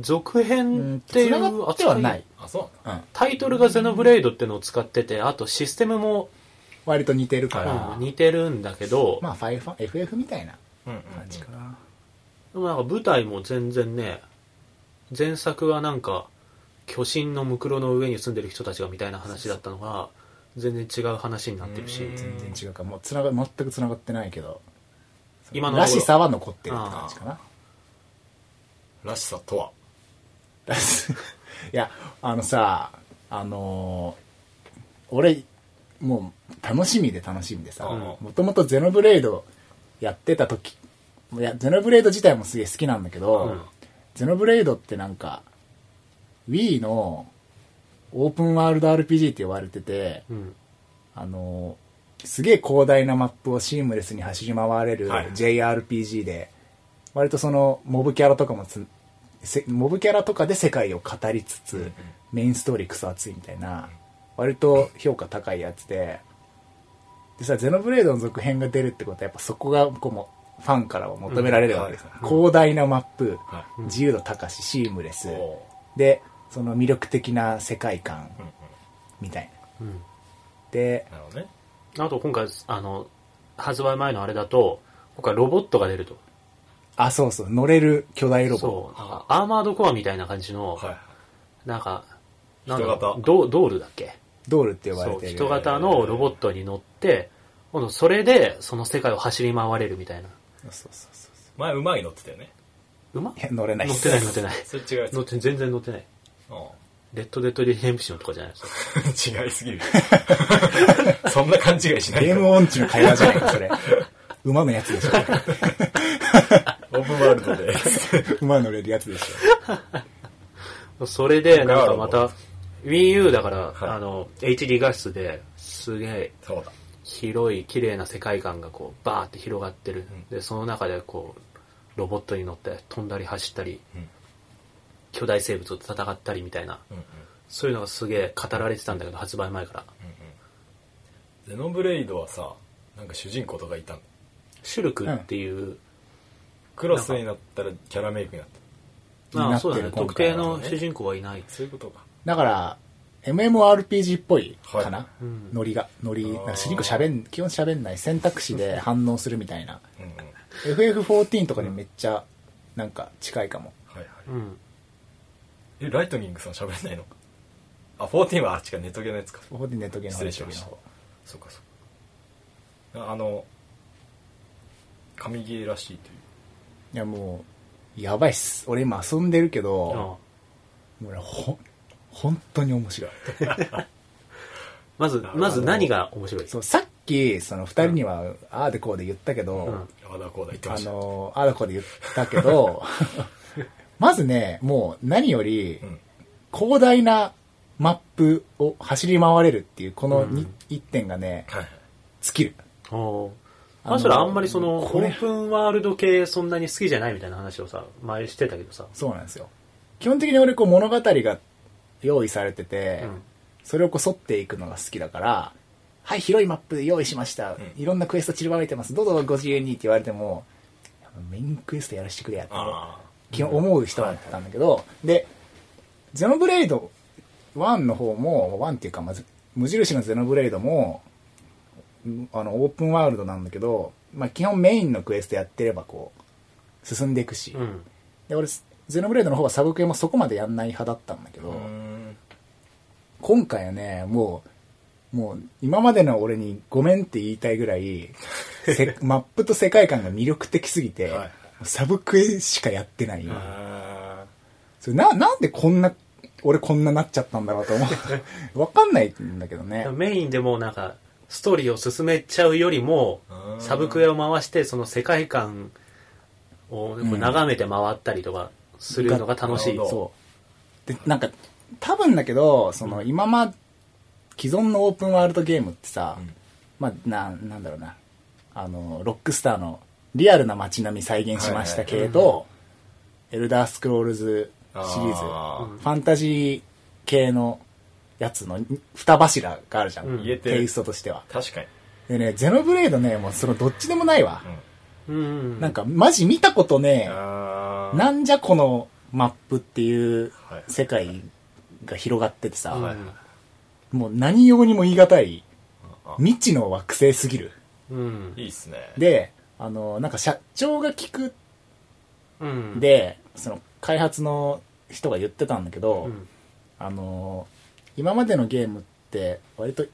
続編ってい
繋
う
がってはない。。
あそうなんだ
うん。
タイトルがゼノブレイドってのを使ってて、あとシステムも、
割と似てるから。
うん似てるんだけど、
まあ、ファイファ FF みたいな
うんうん
感じかな。
でもなんか舞台も全然ね、前作はなんか、巨神のムクロの上に住んでる人たちがみたいな話だったのが、全然違う話になってるし、
うん
全然違うか。もう、つなが、全く繋がってないけど。
今の
らしさは残ってるって感じかな。
らしさとは
らし いや、あのさ、あのー俺、もう、楽しみで楽しみでさ、
うん
もともとゼノブレイドやってた時、いや、ゼノブレイド自体もすげえ好きなんだけど、
うん
ゼノブレイドってなんか、Wii のオープンワールド RPG って言われてて、
うん。
あのーすげえ広大なマップをシームレスに走り回れる
はい
JRPG で、割とそのモブキャラとかもつせモブキャラとかで世界を語りつつ、
んうん
メインストーリークソ熱いみたいな、割と評価高いやつで、でさ、ゼノブレードの続編が出るってことはやっぱそこがこうもファンからは求められるわけです、
うん
広大なマップ、
は
自由度高し、シームレス、
お
で、その魅力的な世界観
うんうん
みたいな。
うん。
で、
なるほどね
あと今回、あの、発売前のあれだと、今回ロボットが出ると。
あ、そうそう、乗れる巨大ロボ。
そう。なんかアーマードコアみたいな感じの、
はい
なんか、なんだろう
人型
ドドールだっけ
ドールって呼ばれ
そう、
てる。
人型のロボットに乗って、今度それでその世界を走り回れるみたいな。
そうそうそうそう
前うまいのって言ってたよね
うま
いや乗れないっ
乗っ
す
てない乗ってない。
それ違うや
乗って全然乗ってない。レッドデッドリヘンプションとかじゃないですか。
つ 違いすぎるそんな勘違いしない
ゲーム
オ
音痴の会話じゃないか、それ。馬のやつでしょ。
ープンワールドで
馬乗れるやつでし
それで、なんかま
ガー
た、Wii U だから、
はい
あの、HD 画質ですげえ
そうだ
広い綺麗な世界観がこう、バーって広がってる。
うん
で、その中でこう、ロボットに乗って飛んだり走ったり、
うん
巨大生物と戦ったりみたいな、
うんうん
そういうのがすげえ語られてたんだけど、発売前から。
ゼノブレイドはさなんか主人公とかいたの
シュルクっていう、
クロスになったらキャラメイクになった
気に
ま
な
あ
って
そ
る
うだね、
今
特
回
定
はね
の主人公はいない。
そういうことか
ょ。だから、MMORPG っぽいかな、
はい
うん
ノリが。ノリ、
ー
なんか主人公喋ん、基本喋んない。選択肢で反応するみたいな。
うんうんはい
FF14 とかにめっちゃ、なんか近いかも。
はい
うん。
えライトニングさん喋れないのあ14はあっちかネットゲーのやつか
ここでネットゲーの
失礼し
話の
ました
方。
そうかそうかああの神ゲーらしいという
いやもう、やばいっす。俺今遊んでるけど、
ああ
もうねほん、本当に面白い。
まず、まず何が面白い
そう、さっき、その二人には、ああでこうで言ったけど、
うん
和田光大言ってま
あ
した
の、ああでこうで言ったけど、まずね、もう何より
う、ん
広大なマップを走り回れるっていう、このに
うん
一点がね、
はい
尽きる。
お
あの
あしたらあんまりその、オ
これ
ープンワールド系そんなに好きじゃないみたいな話をさ、前してたけどさ。
そうなんですよ。基本的に俺、こう物語が用意されてて、
うん
それをこう沿っていくのが好きだから、はい、広いマップで用意しました。
うん
いろんなクエスト散りばめてます。どうぞご自由にって言われても、いやメインクエストやらせてくれやって。
あ
基本思う人だったんだけど、で、ゼノブレイド1の方も、1っていうか、まず、無印のゼノブレイドも、うんあの、オープンワールドなんだけど、まあ、基本メインのクエストやってればこう、進んでいくし、
うん。
で、俺、ゼノブレイドの方はサブクエもそこまでやんない派だったんだけ
あ
ど、
うーん
今回はね、もう、もう、今までの俺にごめんって言いたいぐらい、せマップと世界観が魅力的すぎて、
はい
サブクエしかやってない。
あ
それな、なんでこんな、俺こんななっちゃったんだろうと 思う。わかんないんだけどね。
メインでもなんか、ストーリーを進めちゃうよりも
う、ん
サブクエを回して、その世界観をこう眺めて回ったりとかするのが楽しい。
なるほど
そう。で、なんか、多分だけど、その、今ま、既存のオープンワールドゲームってさ、
うん
まあ、な、なんだろうな。あの、ロックスターのリアルな街並み再現しましたけ
はいはい
ど、エルダースクロールズシリーズ、
あー
ファンタジー系のやつの二柱があるじゃん。
うん
言えてる
テイストとしては。
確かに。
でね、ゼノブレードね、もうそのどっちでもないわ。
うん。
なんか、マジ見たことねえ、
あー
なんじゃこのマップっていう
はい
世界が広がっててさ、
うん、
もう何用にも言い難い、
あ
未知の惑星すぎる。
うん。
いいっすね。
で、あの、なんか社長が聞く
うん。、
で、その開発の人が言ってたんだけど、
うん。
あの今までのゲームって割と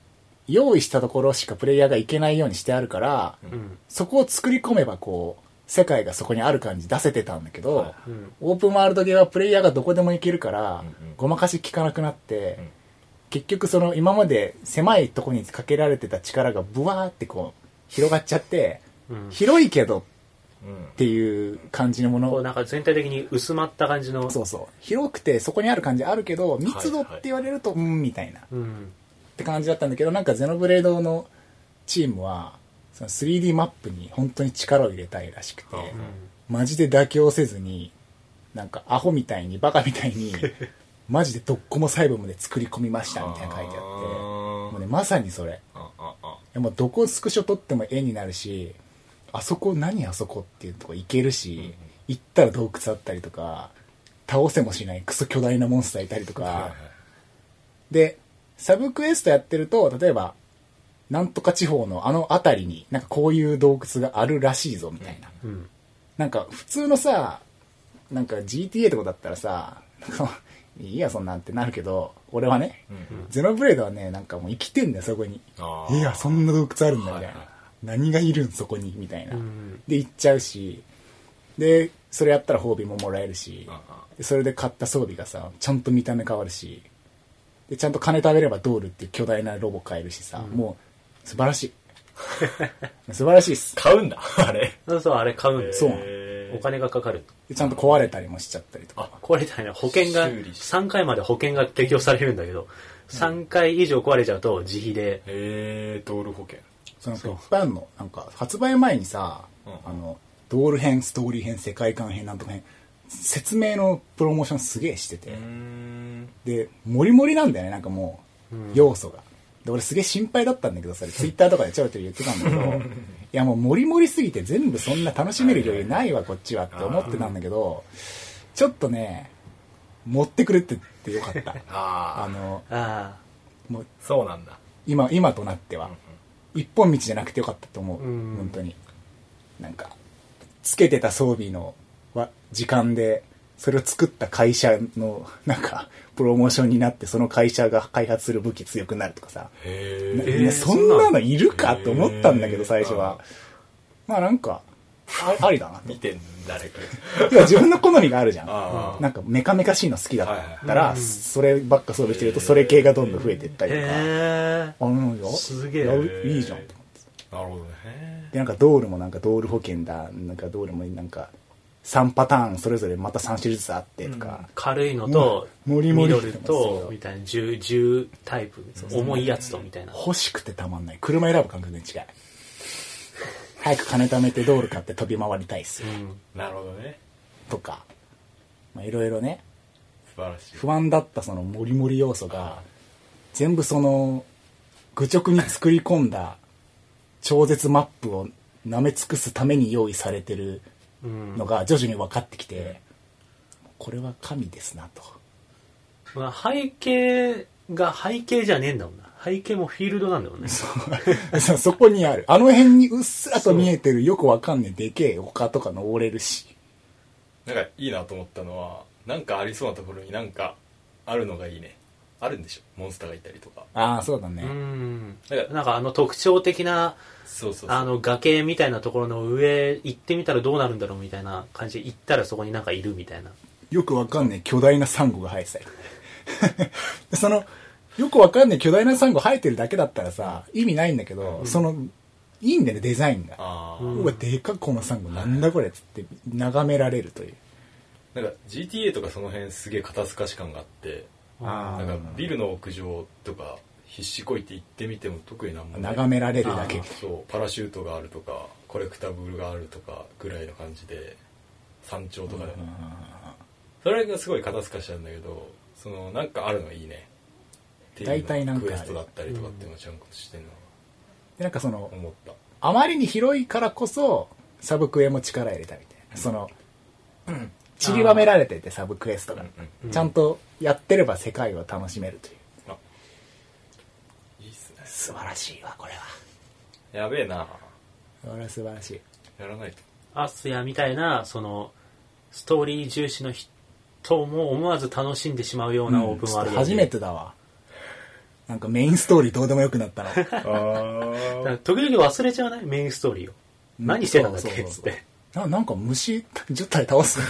用意したところしかプレイヤーが行けないようにしてあるから、
うん。
そこを作り込めばこう、世界がそこにある感じ出せてたんだけど、
はい
うん。
オープンワールドゲーはプレイヤーがどこでも行けるから、
うんうん
ごまかし効かなくなって、
うん
結局その今まで狭いとこにかけられてた力がブワーってこう広がっちゃって、
うん。
広いけど
うん
っていう感じのもの
こうなんか全体的に薄まった感じの。
そうそう広くてそこにある感じあるけど密度って言われると、うんみたいなっ
う。うん。
て感じだったんだけどなんかゼノブレードのチームはその 3D マップに本当に力を入れたいらしくて、
うん
マジで妥協せずになんかアホみたいにバカみたい にマジでどっこも細部まで作り込みましたみたいなの書いてあってもうねまさにそれい
あああ
やもうどこスクショ撮っても絵になるしあそこ何あそこっていうとこ行けるし、
うん
行ったら洞窟あったりとか倒せもしないクソ巨大なモンスターいたりと
あはいは
かでサブクエストやってると例えばなんとか地方のあの辺りになんかこういう洞窟があるらしいぞみたいな、
うん。
なんか普通のさ、なんか GTA とかだったらさ、 なんかいいやそんなんってなるけど、俺はね、
いうん
ゼノブレードはね、なんかもう生きてんだよ、そこに。
あー
いや、そんな洞窟あるんだ、
は
みたいな。
いはい
何がいるん、そこに、みたいな。
うん。
で、行っちゃうし、で、それやったら褒美ももらえるし、
ああ
でそれで買った装備がさ、ちゃんと見た目変わるし、で、ちゃんと金貯めればドールっていう巨大なロボ買えるしさ、もう、素晴らしい。 素晴らしいっす。
買うんだ あれ
そうそう、あれ買うんです
そうなの
へー
お金がかかる。
でちゃんと壊れたりもしちゃったりとか。
壊れたらね、保険が、
修理し
3回まで保険が適用されるんだけど、3回以上壊れちゃうと自費で、
へえドール保険
そのいっぱいあるのなんか発売前にさ、
うん
あのドール編ストーリー編世界観編なんとか編説明のプロモーションすげえしてて、
ん
でモリモリなんだよねなんかもう、要素がで俺すげえ心配だったんだけどそれツイッターとかでちょろちょろ言ってたんだけ どいやもうモリモリすぎて全部そんな楽しめる余裕ないわこっちはって思ってたんだけどちょっとね持ってくれてってよかった あ
ああ
の
あ
もう
そうなんだ
今今となっては、一本道じゃなくてよかったと思う、
うん
本当になんかつけてた装備のわ時間でそれを作った会社のなんかプロモーションになってその会社が開発する武器強くなるとかさ、
へ
な
え
いやそんなのいるか
へー
と思ったんだけど最初は、まあなんかあありだなと
見てん誰か
要は自分の好みがあるじゃん
あ
なんかメカメカしいの好きだったら、
はいはい
そればっか装備してるとそれ系がどんどん増えていっ
あ。
たりとか、
へ
あなんか
すげえ
いやいいじゃんと思って
なるほどね
でなんかドールもなんかドール保険だなんかドールもなんか3パターンそれぞれまた3種類ずつあってとか、
軽いのと、
もりもり
ミドルと、みたいな、重、重タイプ、重いやつと、みたいな。
欲しくてたまんない車選ぶ感覚で違い早く金貯めてドール買って飛び回りたいっすよ
うん。
なるほどね
とかまあいろいろね
素晴らしい
不安だったそのモリモリ要素が全部その愚直に作り込んだ超絶マップを舐め尽くすために用意されてる
うん
の。が徐々に分かってきてこれは神ですなと
まあ、背景が背景じゃねえんだもんな。背景もフィールドなんだもんね。
そそこにある。あの辺にうっすらと見えてるよくわかんねえでけえ丘とか登れるし。
なんかいいなと思ったのはなんかありそうなところになんかあるのがいいねあるんでしょモンスターがいたりとか
ああ、そうだね。
うん。
なんか
なんかあの特徴的な、
そうそうそ
あ
う
の崖みたいなところの上行ってみたらどうなるんだろうみたいな感じで行ったらそこになんかいるみたいな。
よくわかんねえ巨大なサンゴが生えてたり。 でその、よくわかんねえ巨大なサンゴ生えてるだけだったらさ、意味ないんだけど、その、いいんだよね、デザインが。
ああ
うん
うわ、でかっこのサンゴ、なんだこれっつって眺められるという。
なんか GTA とかその辺すげえ肩透かし感があって
あ
なんかビルの屋上とか必死こいて行ってみても特になんもない
眺められるだけ。
そうパラシュートがあるとかコレクタブルがあるとかぐらいの感じで山頂とかでも
うん
それがすごい肩透かしなんだけどそのなんかあるのはいいねっていうの
大体なんかある
クエストだったりとかっていうのをちゃんとしてるのは
でなんかその
思った
あまりに広いからこそサブクエも力入れたみたいなその、散りばめられててサブクエストが、
うん
ちゃんとやってれば世界を楽しめるという
あいいっすね
素晴らしいわこれは
やべえな
これは素晴らしい
やらないと
アスヤみたいな、その、ストーリー重視の人も思わず楽しんでしまうようなオープンワールド、
初め。てだわなんかメインストーリーどうでもよくなった の
あ
だから時々忘れちゃわないメインストーリーを。何してたんだっけ
そうそう
つっ
そう
て。
ななんか虫10体 倒す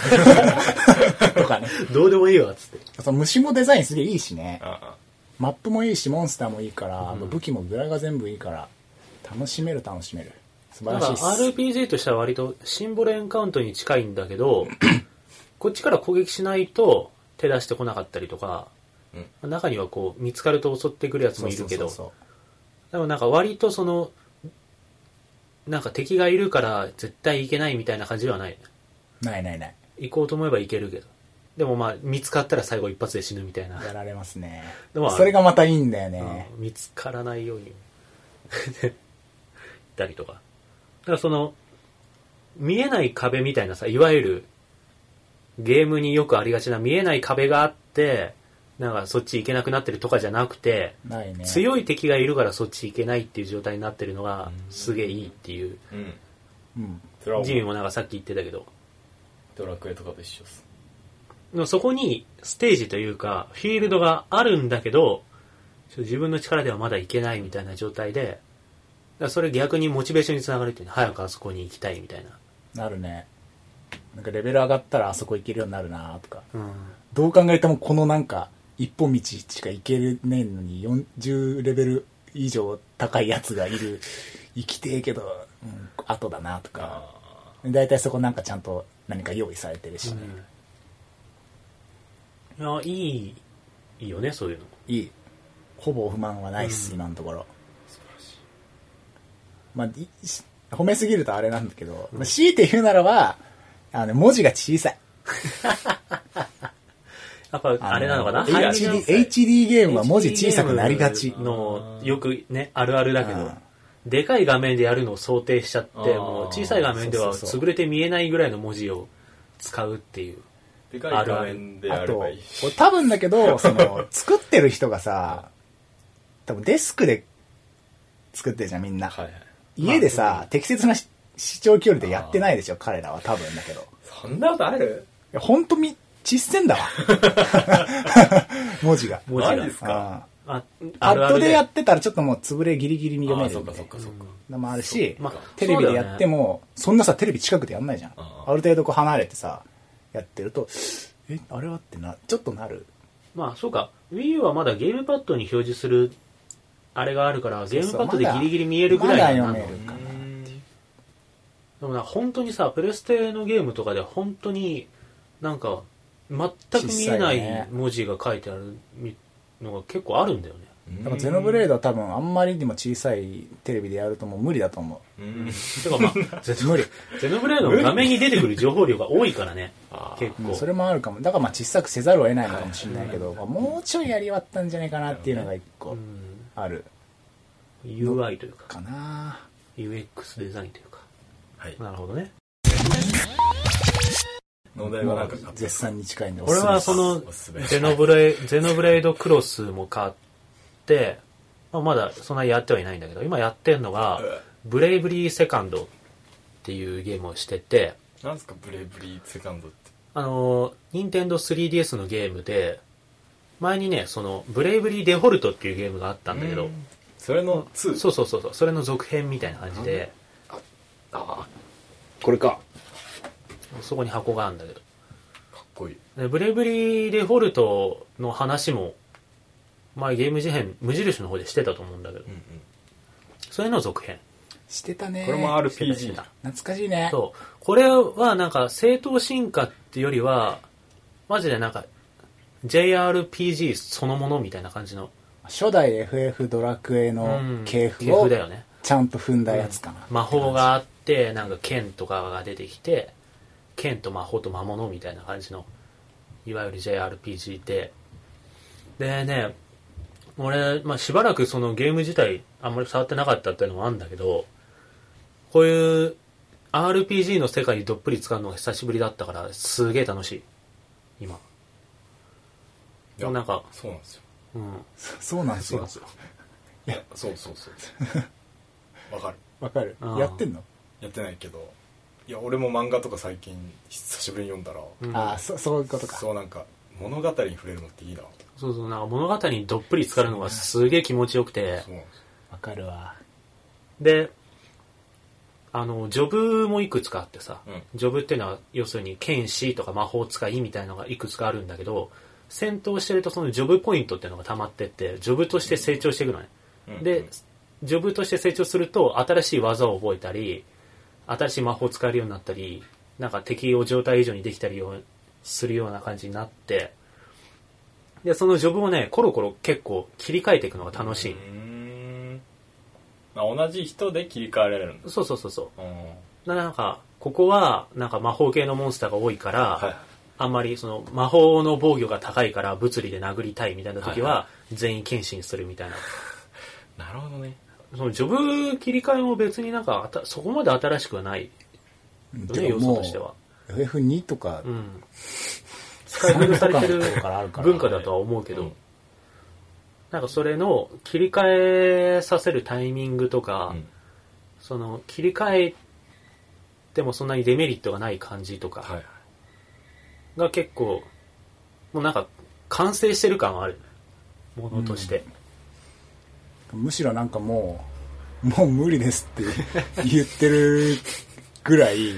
とかね
どうでもいいわ、つって。
その虫もデザインすげえいいしね
あ
マップもいいしモンスターもいいから、武器もブラが全部いいから楽しめる楽しめる素晴
だ
ら
か
しい
ら
っす
RPG としては割とシンボルエンカウントに近いんだけ ど、こっちから攻撃しないと手出してこなかったりとか、中にはこう見つかると襲ってくるやつもいるけど、
そうそうそう
でもなんか割とその、なんか敵がいるから絶対行けないみたいな感じではない。
そうないないない
行こうと思えば行けるけど。でもまあ見つかったら最後一発で死ぬみたいな。
やられますね
でも
それがまたいいんだよね
うん見つからないように 行ったりとかだからその見えない壁みたいなさいわゆるゲームによくありがちな見えない壁があってなんかそっち行けなくなってるとかじゃなくて、
ないね
強い敵がいるからそっち行けないっていう状態になってるのがすげえいいっていう、
うん
うん
それは
ジミーもなんかさっき言ってたけど
ドラクエとかと一緒っす
でもそこにステージというかフィールドがあるんだけどちょっと自分の力ではまだいけないみたいな状態でだからそれ逆にモチベーションにつながるっていうね早くあそこに行きたいみたいな、
なるねなんかレベル上がったらあそこ行けるようになるなとか
うん、
どう考えてもこのなんか一本道しか行けねえのに40レベル以上高いやつがいる 行きてえけど、うん、後だなとか
あ
大体そこなんかちゃんと何か用意されてるしね、
いやいいいいよねそういうの
いいほぼ不満はないっす、今のところ
素晴らしい
まあ、いし褒めすぎるとあれなんだけど、まあ、強いて言うならば、あの、文字が小さい。
やっぱあれなのかな
あの HD, HD ゲームは文字小さくなりがち。
のよくねあるあるだけ
う
ど
ん
でかい画面でやるのを想定しちゃって
あー
もう小さい画面では
そうそうそう
潰れて見えないぐらいの文字を使うっていう
でか
あ
い
る
画
ある
面で
あ
あれ
と、
ば
俺
いいし
多分だけ ど、その、作ってる人がさ、多分デスクで作ってるじゃん、みんな。
はいはい
家でさ、適切なし視聴距離でやってないでしょ、彼らは多分だけど。い
そんなことある
やほんとみ、ちっせんだわ。 文字が。
文字が
マジっすか
うん
あ
パ
あ
ッドでやってたらちょっともう潰れギリギリに読め
あ
る
そっ
んで
かそっかそっか
のもあるし、
まあ
テレビでやってもそ,、んなさテレビ近くでやんないじゃん
ああ
ある程度こう離れてさやってるとえあれはってなちょっとなる
まあそうか WiiU はまだゲームパッドに表示するあれがあるからゲームパッドでギリギリ見えるぐらいな
まだまだ
の
読めるかな
でもな本当にさプレステのゲームとかで本当になんか全く見えな
小さいね
い文字が書いてあるのが結構あるんだよね
だからゼノブレードは多分あんまりにも小さいテレビでやるともう無理だと思
うん
て かまあゼノ
無理
ゼノブレードの画面に出てくる情報量が多いからね
あー
結
う、うん
構
それ もあるかもだからまあ小さくせざるを得ないのかもしれないけど、まあもうちょいやり終わったんじゃないかなっていうのが一
う
個
ん
ある
UI というか
かな
UX デザインというか
はい
なるほどね
お題はなんか買った
絶賛に近いんでお
俺
すすめ
は
です
その
おすすめ
ゼノブレイ ゼノブレイドクロスも買って、まあ、まだそんなにやってはいないんだけど今やってんのがブレイブリーセカンドっていうゲームをしてて
なんすかブレイブリーセカンドって
あの任天堂 3DS のゲームで前にねそのブレイブリーデフォルトっていうゲームがあったんだけど、
うんそれの2
そうそうそうそうそれの続編みたいな感じで、
ああこれか
そこに箱があるんだけど
かっこいい
でブレイブリーデフォルトの話も前ゲーム事変無印の方でしてたと思うんだけど、
うんうん
それの続編
してたね
これも RPG だ
懐かしいね
そう。これはなんか正当進化ってよりは、マジでなんか JRPG そのものみたいな感じの。
初代 FF ドラクエの
うん
系譜
系
を
譜だよね
ちゃんと踏んだやつかな、
魔法があって、なんか剣とかが出てきて、剣と魔法と魔物みたいな感じのいわゆる JRPG で。でね、俺、まあ、しばらくそのゲーム自体あんまり触ってなかったっていうのもあるんだけど、こういう RPG の世界にどっぷり使うのが久しぶりだったから、すげえ楽しい。今。
いや
なんか
そうなんですよ
うん。
そうなんですよ。
よいやそうそうそうわかる
わかる
あ。ー
やってんの
やってないけどいや俺も漫画とか最近久しぶりに読んだら、
うん
ああ、そ、そういうことか。
そうなんか物語に触れるのっていいなと
そうそう、なんか物語にどっぷり浸かるのがすげえ気持ちよくて
そ、うなんですよ
わかるわ。
で、あの、ジョブもいくつかあってさ、
うん
ジョブっていうのは要するに剣士とか魔法使いみたいなのがいくつかあるんだけど、戦闘してるとそのジョブポイントっていうのが溜まってって、ジョブとして成長していくのね。
うん
で、ジョブとして成長すると新しい技を覚えたり、新しい魔法を使えるようになったり、なんか敵を状態以上にできたりをするような感じになって、で、そのジョブをね、コロコロ結構切り替えていくのが楽しい。
うーんまあ同じ人で切り替えられるんです
そうそうそうそう。
うんはい
ななんか、ここは、なんか魔法系のモンスターが多いから、
は
あんまりその魔法の防御が高いから物理で殴りたいみたいな時
はい
は、全員剣士にするみたいな。
いなるほどね
そのジョブ切り替えも別になんかあた、そこまで新しくはないよね、
で
要
も
素
も
としては。
う、FF2 とか
う、ん。使い古されてる
とかあるから
文化だとは思うけど、
うん
なんかそれの切り替えさせるタイミングとか、
うん
その切り替えてもそんなにデメリットがない感じとか、
はい
が結構もうなんか完成してる感はあるものとして、
むしろなんかもう、もう無理ですって言ってるぐらい、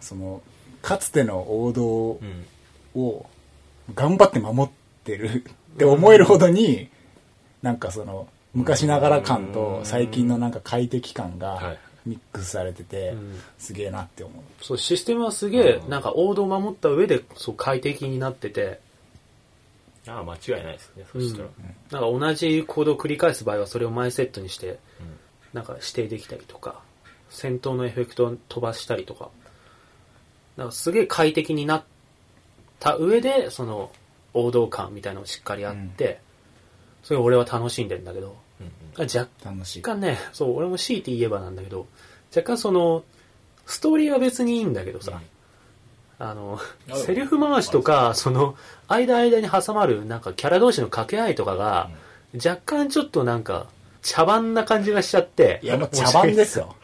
その、かつての王道
うん
を頑張って守ってる って思えるほどに、なんかその、昔ながら感と最近のなんか快適感
は
が
い
ミックスされてて
うん、
すげえなって思う。
そうシステムはすげえ
うん
なんか王道を守った上でそう快適になってて
ああ間違いないですねそしたら、
なんか同じ行動を繰り返す場合はそれをマイセットにして
うん
なんか指定できたりとか戦闘のエフェクトを飛ばしたりとかなんかすげえ快適になった上でその王道感みたいなのをしっかりあって、それを俺は楽しんでんだけど
うんうん
若
楽しい。
若干ね、そう、俺も強いて言えばなんだけど、若干その、ストーリーは別にいいんだけどさ、あの
あ、
セリフ回しとか、その、間間に挟まる、なんかキャラ同士の掛け合いとかが、若干ちょっとなんか、茶番な感じがしちゃって
い、や、もう茶番ですよ。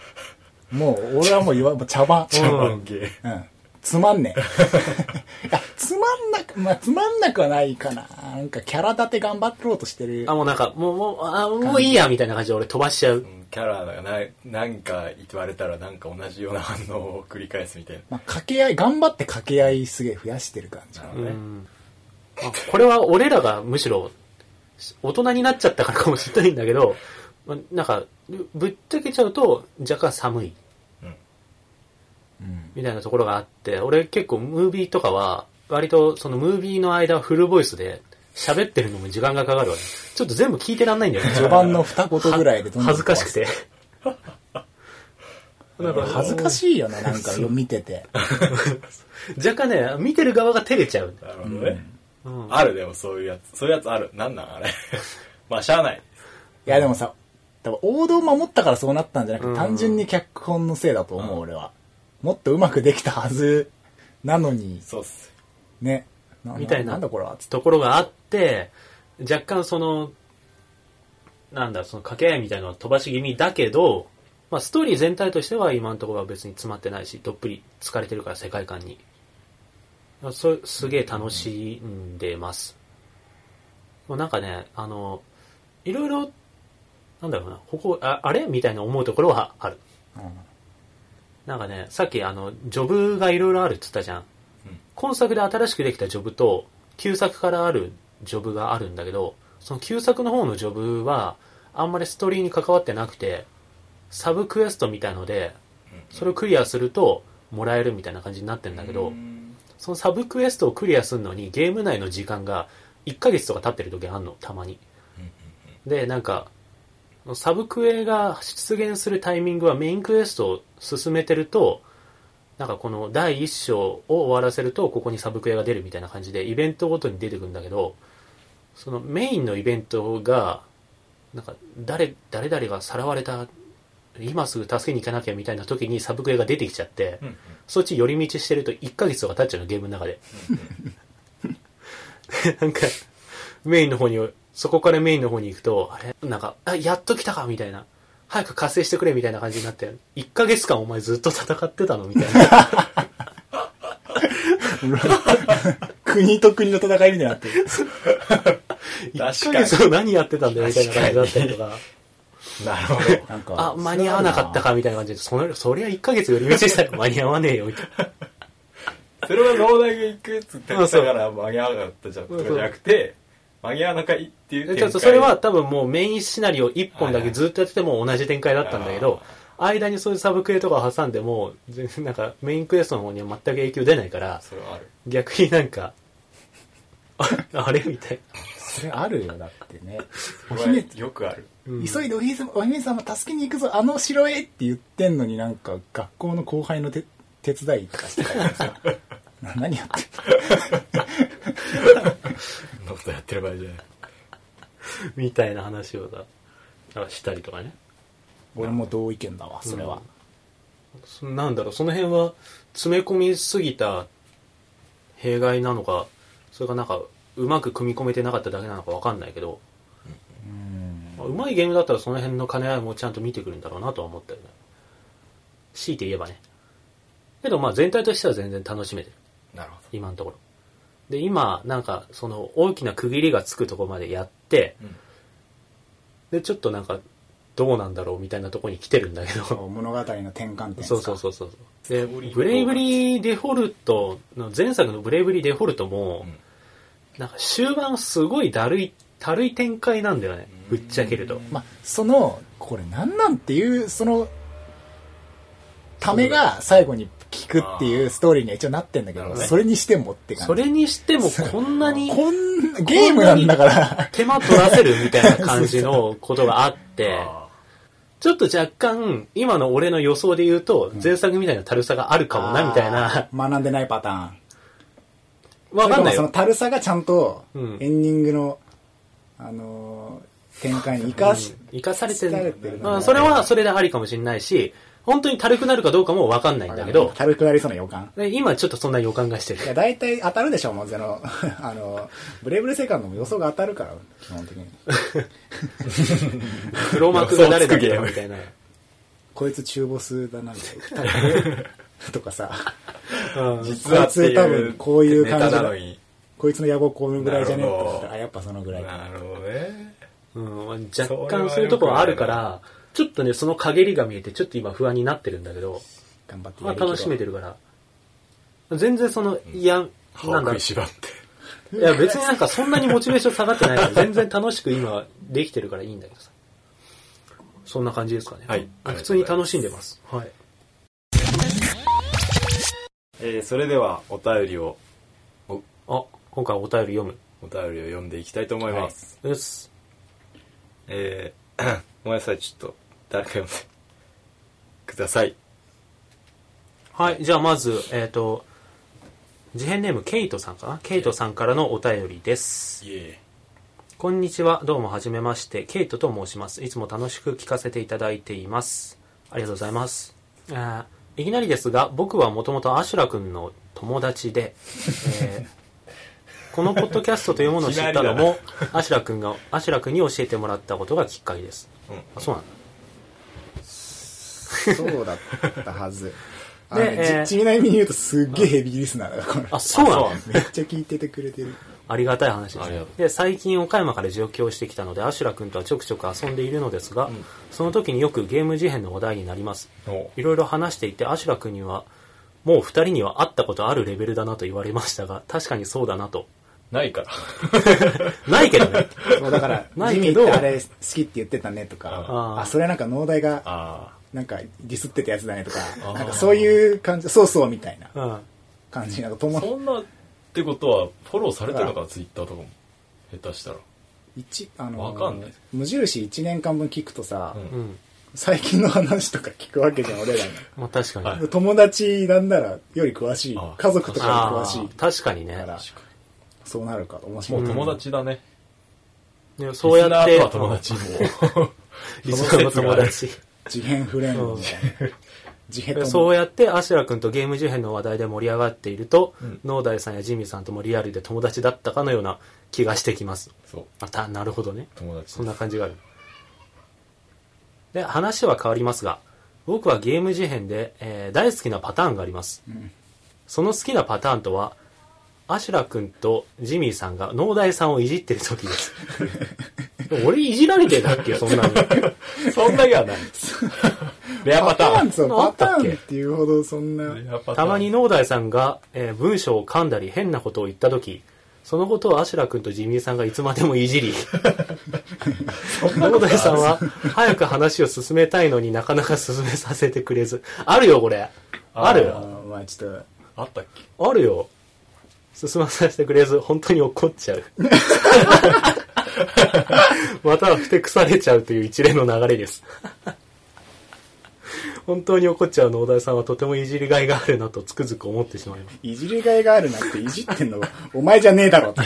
もう、俺はもう言わん、もう茶 番。
茶番ゲー
うん。つまんねえ。い や、つまんなく、まあ、つまんなくはないかな。なんか、キャラ立て頑張ろうとしてる
あ、。もうなんか、もう、もう、あ、もういいや、みたいな感じで俺飛ばしちゃ
う。
う
んキャラがななんか言われたらなんか同じような反応を繰り返すみたいな
まあ、掛け合い、頑張って掛け合いすげえ増やしてる感じかな。
な
う
るほどね
ん。あこれは俺らがむしろ、大人になっちゃったからかもしれないんだけど、まなんか、ぶっちゃけちゃうと、若干寒い。
うん
うん。
みたいなところがあって、俺結構ムービーとかは、割とそのムービーの間はフルボイスで喋ってるのも時間がかかるわけ。ちょっと全部聞いてらんないん だよね。
序盤の二言ぐらいでどんどん
恥ずかしくて。なんか
恥ずかし いよな、なんか、見てて。
若干ね、見てる側が照れちゃうんだよ。
なるほどね、
うん
あるでもそういうやつそういうやつあるなんなんあれまあしゃあない
いや、でもさ、多分王道守ったからそうなったんじゃなく
うん
て、単純に脚本のせいだと思
う
う、
ん
俺は。もっとうまくできたはずなのに、
そうっす
ね。な
みたいな
なんだこれは、つって。
ところがあって、若干その、なんだ、その掛け合いみたいなのは飛ばし気味だけど、まあストーリー全体としては今のところは別に詰まってないし、どっぷり疲れてるから世界観に。そすげえ楽しんでます。もうなんかね、あの、いろいろ、なんだろうな、ここ、ああれみたいな思うところはある。
うん
なんかね、さっきあの、ジョブがいろいろあるって言ったじゃん。
うん
今作で新しくできたジョブと、旧作からあるジョブがあるんだけど、その旧作の方のジョブは、あんまりストーリーに関わってなくて、サブクエストみたいので、それをクリアすると、もらえるみたいな感じになってんだけど、
うん
そのサブクエストをクリアするのに、ゲーム内の時間が1ヶ月とか経ってる時あんの、たまに。で、なんか、サブクエが出現するタイミングはメインクエストを進めてると、なんかこの第1章を終わらせるとここにサブクエが出るみたいな感じでイベントごとに出てくるんだけどそのメインのイベントがなんか誰誰々がさらわれた今すぐ助けに行かなきゃみたいな時にサブクエが出てきちゃって、
うんうん
そっち寄り道してると1ヶ月とか経っちゃうのゲーム の中でなんかメインの方にそこからメインの方に行くとあれなんかあやっと来たかみたいな早く活性してくれみたいな感じになって1ヶ月間お前ずっと戦ってたのみたいな
国と国の戦いみたいになってる。
1ヶ月後何やってたんだよみたいな感じだったりとか、
なるほど。
なんか。
あ、間に合わなかったかみたいな感じで、それそりゃ1ヶ月寄り道したら間に合わねえよみたいな。
それは農大が行くっつって言ったから間に合わなかったじゃんとかじゃなくて間に合わなかいっていう展
ち
開
ょっとそれは多分もうメインシナリオ1本だけずっとやってても同じ展開だったんだけど、間にそういうサブクエとかを挟んでも、全然なんかメインクエストの方には全く影響出ないから、
それはある
逆になんか、ああれみたい
それあるよ、だってね。お
それ
姫
は、よくある
な。うん
急いでお姫様、お姫様助けに行くぞ、あの城へって言ってんのになんか学校の後輩の手手伝いとかしてたから さ。な何やってんの
そんなことやってる場合じゃない
みたいな話をさ、なんかしたりとかね。
俺も同意見だわ、それは。
そなんだろう、その辺は詰め込みすぎた弊害なのか、それがなんかうまく組み込めてなかっただけなのかわかんないけど、
うん。
まあうまいゲームだったらその辺の兼ね合いもちゃんと見てくるんだろうなとは思ったよね。強いて言えばね。けどまあ全体としては全然楽しめてる。
なるほ
今のところ。で、今、なんか、その、大きな区切りがつくとこまでやって、
うん
で、ちょっとなんか、どうなんだろうみたいなとこに来てるんだけど、
そう物語の転換点
そうそうそうそう。で、
ーリーの
ブレイブリーデフォルトの、前作のブレイブリーデフォルトも
ど、
なんか終盤すごいだるい、たるい展開なんだよね。ぶっちゃけると。
まあ、その、これなんなんっていう、その、ためが最後に聞くっていうストーリーには一応なってんだけ
なる
ど、
ほどね
それにしてもって感じ。
それにしてもこんな に
こんな、ゲームなんだから、
手間取らせるみたいな感じのことがあって、
あ
ちょっと若干、今の俺の予想で言うと、前作みたいなたるさがあるかもな、みたいな。
学んでないパターン。
わかんない
その
よ。
たるさがちゃんと、エ
うん
ンディングの、あのー展開に生かし、
生かされて
生かされ
る
てる。な
まあ、それはそれでありかもしれないし、本当にたるくなるかどうかもわかんないんだけど、
たるくなりそうな予感。
で今ちょっとそんな予感がして
いや、
る。
大体当たるでしょ、もう、ゼロ。あの、 ブレイブルセカンドも予想が当たるから、基本的に。
黒幕が誰だったかみたいな。
こいつ中ボスだなんて。とかさ、
ー
うん
実はっていう
普通多分こういう感じだ
ネタなのに
こいつの野望このぐらいじゃねえ
な
と
るほど
かさあ、やっぱそのぐらい。
なるほどね
うん、若干そういうところあるから、ちょっとね、その陰りが見えて、ちょっと今不安になってるんだけど、
頑張って
ま
や
あ
るけど
楽しめてるから。全然その、いや、
歯
な
を
ん
食
だろ。
いうしばって
いや別になんかそんなにモチベーション下がってな いから、全然楽しく今できてるからいいんだけどさ。そんな感じですかね。
はい
普通に楽しんでます。はい。
えーそれではお便りを
あ、今回お便り読む。
お便りを読んでいきたいと思います、
うっす。
えーごめんなさいちょっと誰か読んでください
はい、じゃあまず、えっ、と、事変ネームケイトさんかなケイトさんからのお便りです。
いえ
こんにちは、どうもはじめまして、ケイトと申します。いつも楽しく聞かせていただいています。ありがとうございます。あーいきなりですが、僕はもともとアシュラ君の友達で、えーこのポッドキャストというものを知ったのも、アシュラ君が、アシュラ君に教えてもらったことがきっかけです。
うん
あ、そうなんだ。
そうだったはず。あ
で
のね
えー
じ地味な意味に言うとすっげえヘビーリスナーだから、こ
あ、そうなんだ。
れ。めっちゃ聞いててくれてる。
ありがたい話です
ありがとう
で最近岡山から上京してきたのでアシュラ君とはちょくちょく遊んでいるのですが、その時によくゲーム事変の話題になります
お
いろいろ話していてアシュラ君にはもう二人には会ったことあるレベルだなと言われましたが確かにそうだなと
ないから
ないけ どね
そうだから、
ない
ジミ
け
ー
ど
ってあれ好きって言ってたねと
あ
か、
ー
あ、それなんか農大が
あ
なんかディスってたやつだねとか
あー、
なんかそういう感じ、そうそうみたいな
うん
感じ、なんか
あ
友
そんなってことはフォローされてるのかなツイッターとかも下手したら
一、あ
わかんな
の
い、
無印1年間分聞くとさ
う、ん
うん
最近の話とか聞くわけじゃん、俺ら
まあ確かに。
は
の。友達なんならより詳しい
あ。
家族とか
あ
よ
あ
り詳しい。
確かにね
か。ら、そうなるかと面
も
白
う
い。
友達だね。
でもそうやっ
リ
て、
スナーとは友達もう。
リスナーも友達。
自変フレンドみたいな。自閉
で
友
そうやって、アシュラ君とゲーム事変の話題で盛り上がっていると
ん、
ノーダイさんやジミーさんともリアルで友達だったかのような気がしてきます。
そう、
あた、なるほどね。
友達
そんな感じがある。で、話は変わりますが、僕はゲーム事変で、えー大好きなパターンがあります。その好きなパターンとは、アシュラ君とジミーさんが農大さんをいじってる時です。でも俺いじられてたっけそんなに。
です。そんなにはない。レアパ
パ
タ
ター
ー
ン
ン。
そう
あ
パ
っ
タ
たっけ
ーンっていうほどそんな。
レアパターン
たまに農大さんが、えー文章を噛んだり変なことを言った時、そのことをアシュラ君とジミーさんがいつまでもいじり、農大さんは早く話を進めたいのになかなか進めさせてくれず、あるよこれ。ある
あ
よ。
ーまあちょっと、
あったっけ
あるよ。進まさせてくれず、本当に怒っちゃう。またはふてくされちゃうという一連の流れです。本当に怒っちゃう農大さんはとてもいじりがいがあるなとつくづく思ってしまいます。
いじりがいがあるなっていじってんの、 お前じゃねえだろって。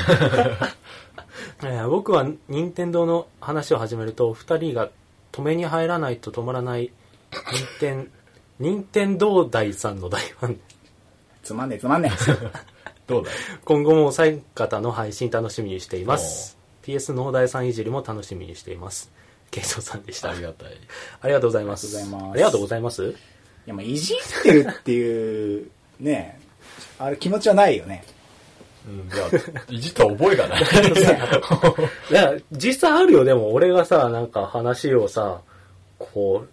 えー僕は任天堂の話を始めると、二人が止めに入らないと止まらない、任天、 任天堂大さんの大ファンです。
つまんねえつまんね
どうだい
今後もお三方の配信楽しみにしています。PS 農大さんいじりも楽しみにしています。ケイトさんでした。
あ
あ
り
り
がたい。
がとうございます。
あ
あ
り
り
が
がと
と
う
うご
ございます。
え。いやまあいじってるっていう、ねえ、あれ気持ちはないよね。
うん、じゃあ、いじった覚えが ない。
いや、実際あるよ、でも俺がさ、なんか話をさ、こう、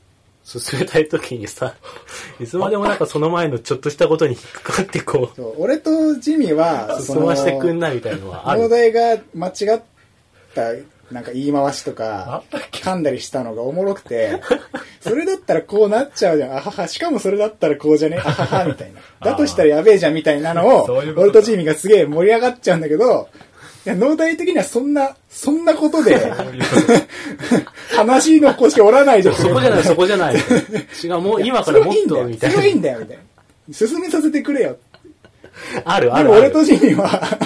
進めたい時にさ、いつまでもなんかその前のちょっとしたことに引っかかってこ
そう俺とジミーは、
う、
そ
進
の
ましてくんないみたいなの はあ
農
る。
大が間違った、なんか言い回しとか
あっ、
噛んだりしたのがおもろくて、それだったらこうなっちゃうじゃん。あはは、しかもそれだったらこうじゃねあはは、みたい な。だとしたらやべえじゃん、みたいなのを、
そういうこと
俺とジミーがすげえ盛り上がっちゃうんだけど、いや、農大的にはそんな、そんなことで、 話の腰折らないでほし
そこじゃない、そこじゃない。違う、もう今からもっと、み
そ
た
れはいい
い
んだよ、それはいいんだよ、みたいな。進めさせてくれよ。
な。ある、あ
で
る。
も
あ
俺
る
とジミ ーは、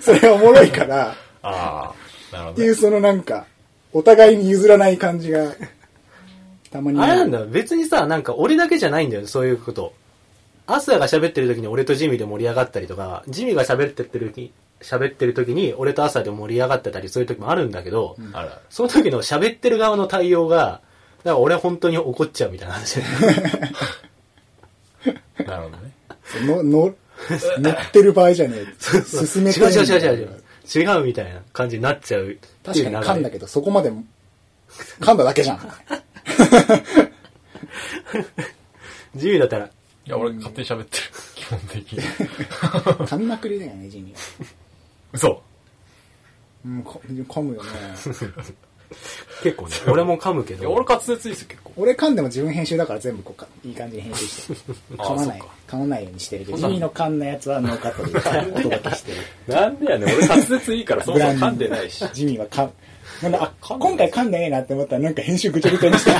それおもろいから、
ああ、なる
っ
ほ
て
ど
い
ね。
うそのなんか、お互いに譲らない感じが、たまに
あ
ある。
れなんだよ。別にさ、なんか俺だけじゃないんだよね、そういうこと。アスヤが喋ってる時に俺とジミーで盛り上がったりとか、ジミーが喋ってってる時、喋ってる時に俺とアスヤで盛り上がってたり、そういう時もあるんだけど、
あら、
その時の喋ってる側の対応が、だから俺本当に怒っちゃうみたいな 話で。
なるほどね。
の、の、乗ってる場合じゃねえ。進めて
違う違う違う違う違う。違うみたいな感じになっちゃうっていう
確かに噛んだ
け
けど、そこまで、噛んだだけじゃん。
ど。ジミーだったら、
いや、俺勝手に喋ってる。基本的に。
噛みまくりだよね、ジミーは。
嘘。
うん、こ噛むよ ね。
結構ね、 俺も噛むけ
いや、俺
ど、
滑舌いいですよ、結構。
俺噛んでも自分編集だから全部こうか、いい感じに編集してる。
あー
噛まない
そっか、
噛まないようにしてるけ
そ
ど、
う
ジ
だ
ミーの噛んだやつはノーカットでお届けしてる。
なんでやねん、俺滑舌い いから、そもそも噛んでないし。
ジミーは噛む。なんだ、あ、今回噛んでねえなって思ったらなんか編集ぐちゃぐちゃ にした。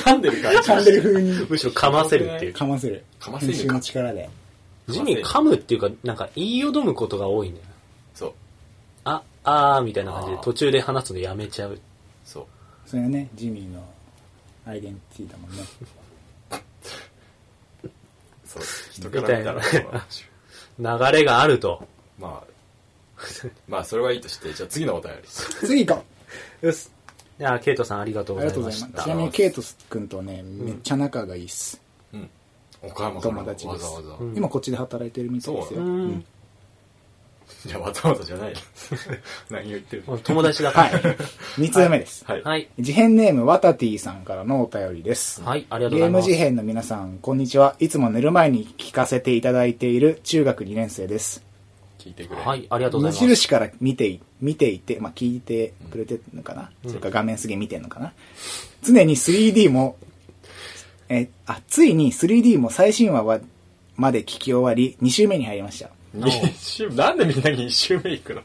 噛んでるから。
噛んでる風に。
むしろ噛ませるっていう。
かませる。
かませるか
編集の力で。
ジミー噛むっていうか、なんか言いよどむことが多いんだよ。
そう。
あ、あーみたいな感じで
あー
途中で話すのやめちゃう。
そう。
それがね、ジミーのアイデンティティだもんね。
そう。人から見たらそうなんですよ。
流れがあると。
まあ、まあ、それはいいとして、じゃあ次のお便り。
次行こ
うっす。いやー、ケイトさんありがとう
う
ご
あり
ざ
が
い
とうご
ま
ざい
し
ます。
た
ち。なみに、ケイト君とね、めっちゃ仲がいいっす。
うん。岡山から
友達
わ
です
ざわざ。
ん
今こっちで働いてるみたいです
そう
う
よ。
ん。
いや、わざわざじゃない よ。何を言ってる
もう友達だか
は
ら。
い。二通目です。
はい。
はい。
事変ネーム、ワタティさんからのお便りです。
はい、ありがとう
ゲ
ござ
ー
い
ム
ます。
事変の皆さん、こんにちは。いつも寝る前に聞かせていただいている中学2年生です。
聞いてくれ。
はい、ありがとうご
無
ざいます。
印から見てい、見ていて、まあ、聞いてくれてるのかな、それか画面すげえ見てんのかな常に 3D も、え、あ、ついに 3D も最新話は、まで聞き終わり、2週目に入りました。
二周なんでみんな2周目行くの いっ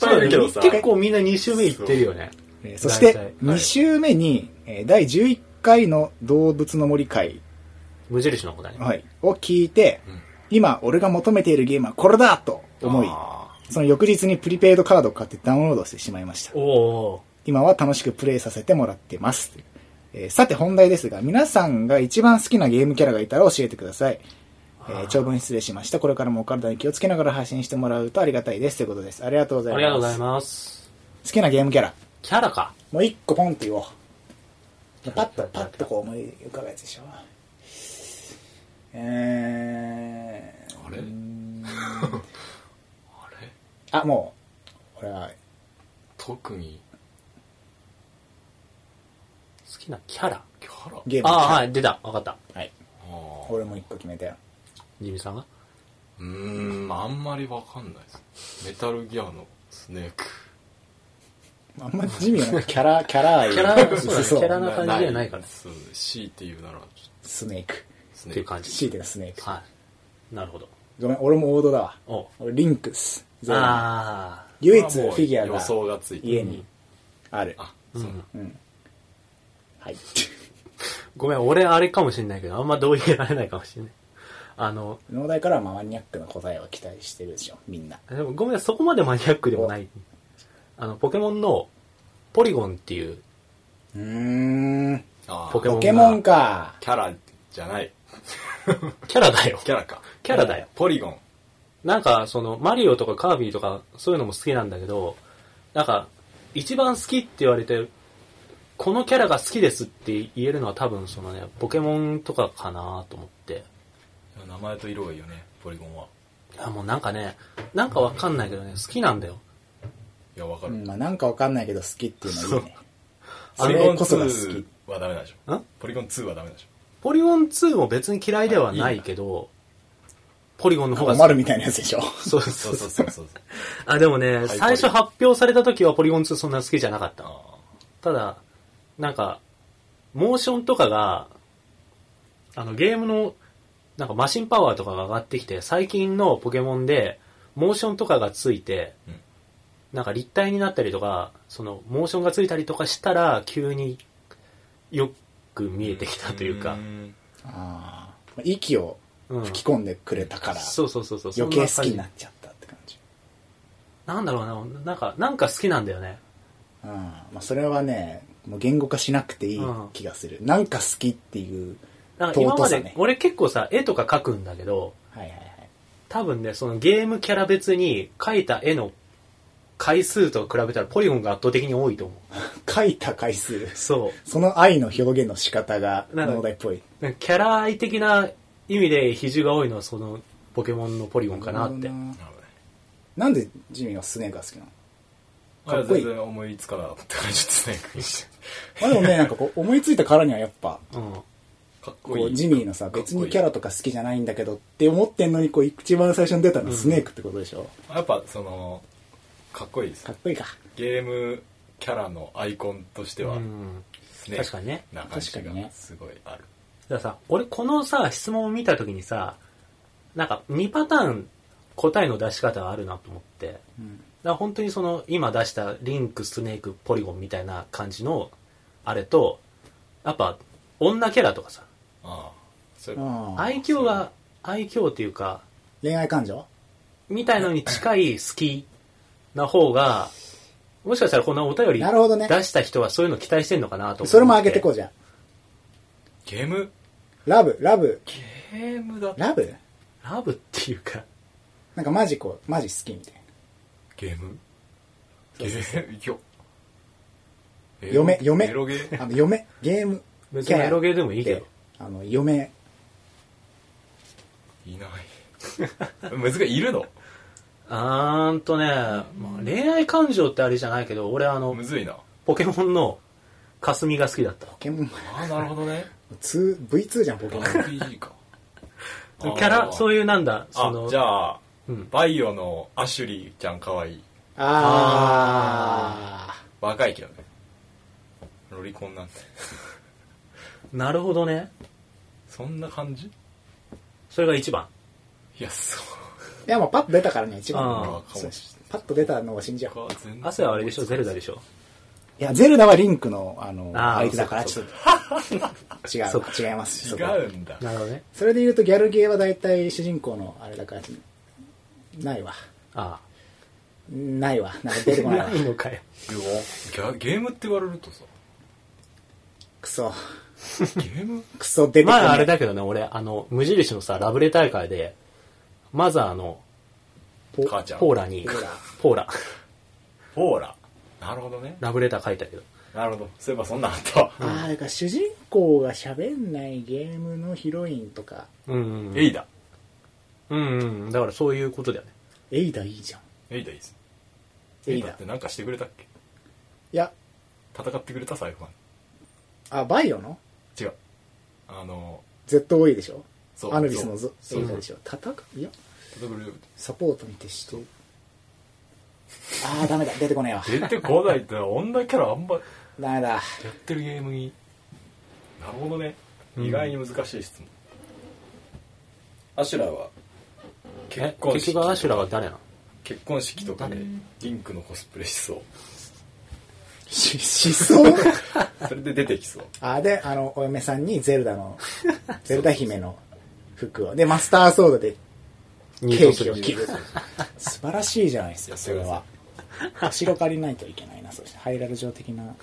ぱ
そ
いういるけどさ。
結構みんな2周目行ってるよね。
えーそし
大体は
て
い、
2週目に、えー第11回の動物の森会、
無印の子だね。
はい、を聞いて、今、俺が求めているゲームはこれだと思い、
あ
その翌日にプリペイドカードを買ってダウンロードしてしまいました。
おお
今は楽しくプレイさせてもらってます。えーさて本題ですが、皆さんが一番好きなゲームキャラがいたら教えてください。えー長文失礼しました。これからもお体に気をつけながら配信してもらうとありがたいです。ということです。ありがとうござい
ー。あ
ます。
りがとうございます。
好きなゲームキャラ。
キャラか。
もう一個ポンって言おう。パッと、パッとこう思い浮かぶやつでしょ。えー、
あれ
うーん
あれ
あ、もう、これは、
特に
好きなキャラ。
キャラ
ゲームのキャラ
ああ、はい、出た。わかった。
はい。
あー
俺も一個決めたよ。
ジミーさんが
うーんあんまりわかんないですメタルギアのスネーク
あんま地味な キャラ、キャラ愛。
キャラそうだね
薄
キャラな感じじゃないから
そう強いて言うならちょっと
スネーク。
ス
っ
ネ
てい
ー
う
ク
感
強
じ
い。てるスネーク。
はい。なるほど。
ごめん、俺も王道だわ。
おう
俺、リンクス。ゼロ
あ
唯一フィギュア
予想
が
がついて
家にある。
あ
あ。う
そう、
ん。
はい。
ごめん、俺あれかもしんないけど、あんま同意得られないかもしんない。あの、
農大からはまあマニアックな答えを期待してるでしょ、みんな。
でもごめん、そこまでマニアックでもない。あの、ポケモンのポリゴンっていう、
うーん。
あー
ポケモン
ポケモンか。
キャラじゃない
キャラだよ。
キャラか
キャラだよ。
ポリゴン
なんか、その、マリオとかカービィとか、そういうのも好きなんだけど、なんか、一番好きって言われて、このキャラが好きですって言えるのは多分そのね、ポケモンとかかなと思って。
名前と色がいいよねポリゴンはい
や、もうなんかね、なんかわかんないけどね、好きなんだよ。
いやわか
う
る、
ん、まあなんかわかんないけど好きっていうのはいいね。
ポ
そ
リゴ
れ
ン
こそが好
2
き。
はダメなんでしょ
ん
ポリゴン2はダメなんでしょ
ポリゴン2も別に嫌いではないけど、ポリゴンの方が
困るみたいなやつでしょ。
そう
そ
そうう
そ
そう う。
そうそう
あ、でもね、
い
最初発表された時はポリゴン2そんな好きじゃなかった。
あ
ただ、なんか、モーションとかが、あのゲームの、なんかマシンパワーとかが上がってきて、最近のポケモンで、モーションとかがついて、
うん
なんか立体になったりとか、その、モーションがついたりとかしたら、急によく見えてきた
ー
というか
ー、ん
あーまあ息を
うん
吹き込んでくれたから、
そうそうそうそう。
余計好きにな
そん
っちゃったって感じ。
な感じ。なんだろうな、なんか、なんか好きなんだよね。
うんまあ、それはね、もう言語化しなくていい気がする。なんか好きっていう。
なんか今ま
尊さ
で、
ね
俺結構さ、絵とか描くんだけど、
はいはいはい。
多分ね、そのゲームキャラ別に描いた絵の回数と比べたらポリゴンが圧倒的に多いと思う。
書いた回数。
そ
その愛の表現の仕方が
なんか
脳大っぽい。
う。なんかキャラ愛的な意味で比重が多いのはそのポケモンのポリゴンかなって。
な
なるほどね
んでジミーはスネークが好きなの
あ
かっこいい
全然思いつかなかったからちょっとスネークにして
まあでもね、なんかこう思いついたからにはやっぱ、
うん。
かっ
こ
こいいう
ジミーのさ、
かっこいい
別にキャラとか好きじゃないんだけどって思ってんのに、こう一番最初に出たのはスネークってことでしょ、
やっぱそのかっこいいです
かっこいいか。
ゲームキャラのアイコンとしては
うん
スネーク
確かにね。
な感じ
確かに
が
ね
すごいある
だからさ、俺このさ、質問を見たときにさ、なんか2パターン答えの出し方があるなと思って。
うん
だから本当にその今出したリンクスネークポリゴンみたいな感じのあれとやっぱ女キャラとかさ
ああそれ
うん
愛嬌が愛嬌っていうか
恋愛感情
みたいのに近い好きな方がもしかしたらこんなお便り
なるほどね
出した人はそういうの期待してんのかなと思って
それも上げてこうじゃん。
ゲーム
ラブ、ラブ、
ゲームだ
ラブ
ラブっていうか
なんかマジこう、マジ好きみたいな。
ゲームゲ
そうそう
ームいきよエロ
嫁、嫁。
エロゲー
あの、嫁、ゲーム。
別にエロゲーでもい
い
いけど。
あの、嫁、
いない難しいい るの
あーんとね、まあ、恋愛感情ってあれじゃないけど俺あの
むずいな
ポケモンの霞が好きだった
ポケモン、
ああなるほどね
2、V2 じゃん、ポケモン。
RPG か
キャラそう
いう
いうなんだそ
あ
の
じゃあ
うん
バイオのアシュリーちゃんかわいい
あ
若いけどねロリコンなんて
なるほどね。
そんな感じ
それが一番。
いやそう
ー。いや、もうパッと出たからね、一番。
あ
ー
そうですパッと出たのを信じよう。
か全然
汗はあれでしょゼルダでしょ
いや、ゼルダはリンクの、あの、
あー
相手だから、ち
そ
ょ
う
っと、違
そう
う、
か
違います。そこは
違うんだ。
なるほどね。
それで言うと、ギャルゲーは大体主人公の、あれだから、ないわ。
あ
ないわ。なんか出て
あ。
こないわ
な。いのかよ。
でも、ギャゲームって言われると さ、
クソ。
ゲーム
クソ出てこない。
まああれだけどね、俺、あの、無印のさ、ラブレ大会で、マザーの
ポ
母ちゃん。
ポーラに
ポ
ポー
ーラ、
ラ、
ポーラ。なるほどね。
ラブレター書いたけど。
なるほど。そういえばそんなんあったわ。
ああ、だから主人公が喋んないゲームのヒロインとか、
うんうん。
エイダ。
うんうん。だからそういうことだよね。
エイダいいじゃん。
エイダいいです。
エ
エ
イ
イ
ダ
ダってなんかしてくれたっけ
いや、
戦ってくれた最後ま
あ、バイオの
で。違う。あの、
?ZOE でしょ
そう
アヌビスの
そう
ゾエイダでしょ戦ういや、
戦ってくれる
サポートに徹して。ああ、ダメだ。出てこねえわ。
出てこないって女キャラあんま
ダメだ。
やってるゲームになるほどね
うん
意外に難しい質問、アシュラは結
え、
婚
結
式
局アシュラは誰なの
結婚式とかでリンクのコスプレしそう
し、しそう
それで出てきそう
あーで、あの、お嫁さんにゼルダ の、ゼルダ姫の服を。で、マスターソードで
入
ケ
場
ー
す
キ
る
を切る。素晴らしいじゃないです
い
か、
や
それは。後ろ借りないといけないな、そして。ハイラル上的な。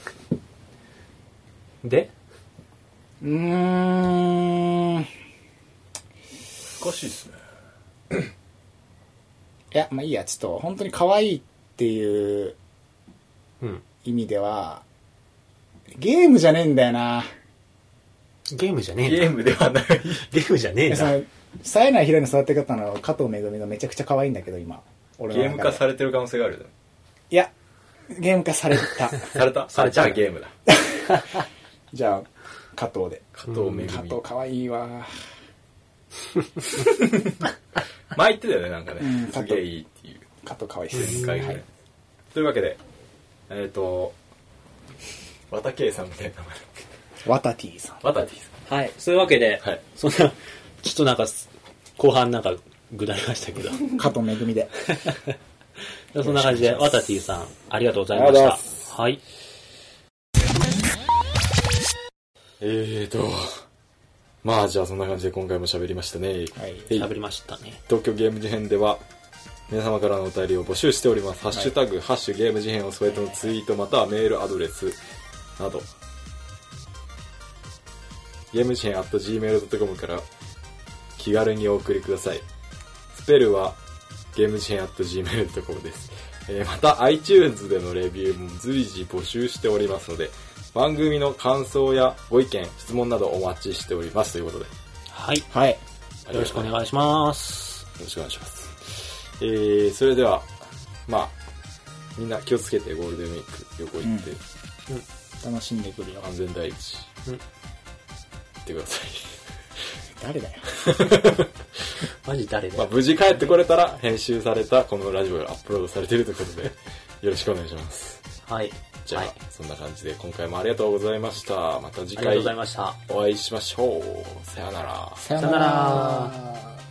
で、
うーん。い
難しいっすね
や、まあいいや、ちょっと、本当に可愛いっていう
うん。
意味では、ゲームじゃねえんだよな。
ゲームじゃねえんだ。
ゲームではない
ゲームじゃねえん
そ
だ。
の、冴えないヒロインの育て方の加藤めぐみがめちゃくちゃ可愛いんだけど、今。俺
ゲーム化さ
れ
れてる可能性があるよね
いや、ゲーム化された。
された
さ
あ
れた
じゃあゲームだ
じゃあ、加藤で。
加藤め
加
ぐみ
藤可愛いわ。
前言ってたよねなんかね、
うん
すげえいいっていう
加藤可愛いです。
前回
は
ぐらい
い。
というわけでえっ、と和田圭さんみたいな名前
ワタティさん。
和田 T さ
はい。そういうわけで、
はい
そんな、ちょっとなんか、後半なんか、ぐだりましたけど。
加藤めぐみで。
そんな感じで、ワタティさん、ありがとうござい
あ
ま
りがとうござい
し
ま
た。はい。
んえーとまあじゃあそんな感じで今回も喋りましたね
はい
喋りましたね。
東京ゲーム事変では皆様からのお便りを募集しております「ハッシュタグ、ハッシュゲーム事変」を添えてのツイートまたはメールアドレスなどゲーム事変 at gmail.com から気軽にお送りくださいスペルはゲーム事変 at gmail.com です、えーまた iTunes でのレビューも随時募集しておりますので番組の感想やご意見質問などお待ちしておりますということで
はい。よ
はい。
ろしくお願いします。
よろしくお願いします。えー、それでは、まあ、みんな気をつけてゴールデンウィーク旅行行って、
楽しんでくるよ。
安全第一、
うん
行ってくださ
誰だよ。
マジ誰
い。 まあ、
で
無事帰ってこれたら、編集されたこのラジオがアップロードされているという ことで、よろしくお願いします。
はい。
じゃあ、
はい
そんな感じで今回もありがとうございました。また次
ありがとう
回
ございました。
お会いしましょう。さよなら。
さ
よなら。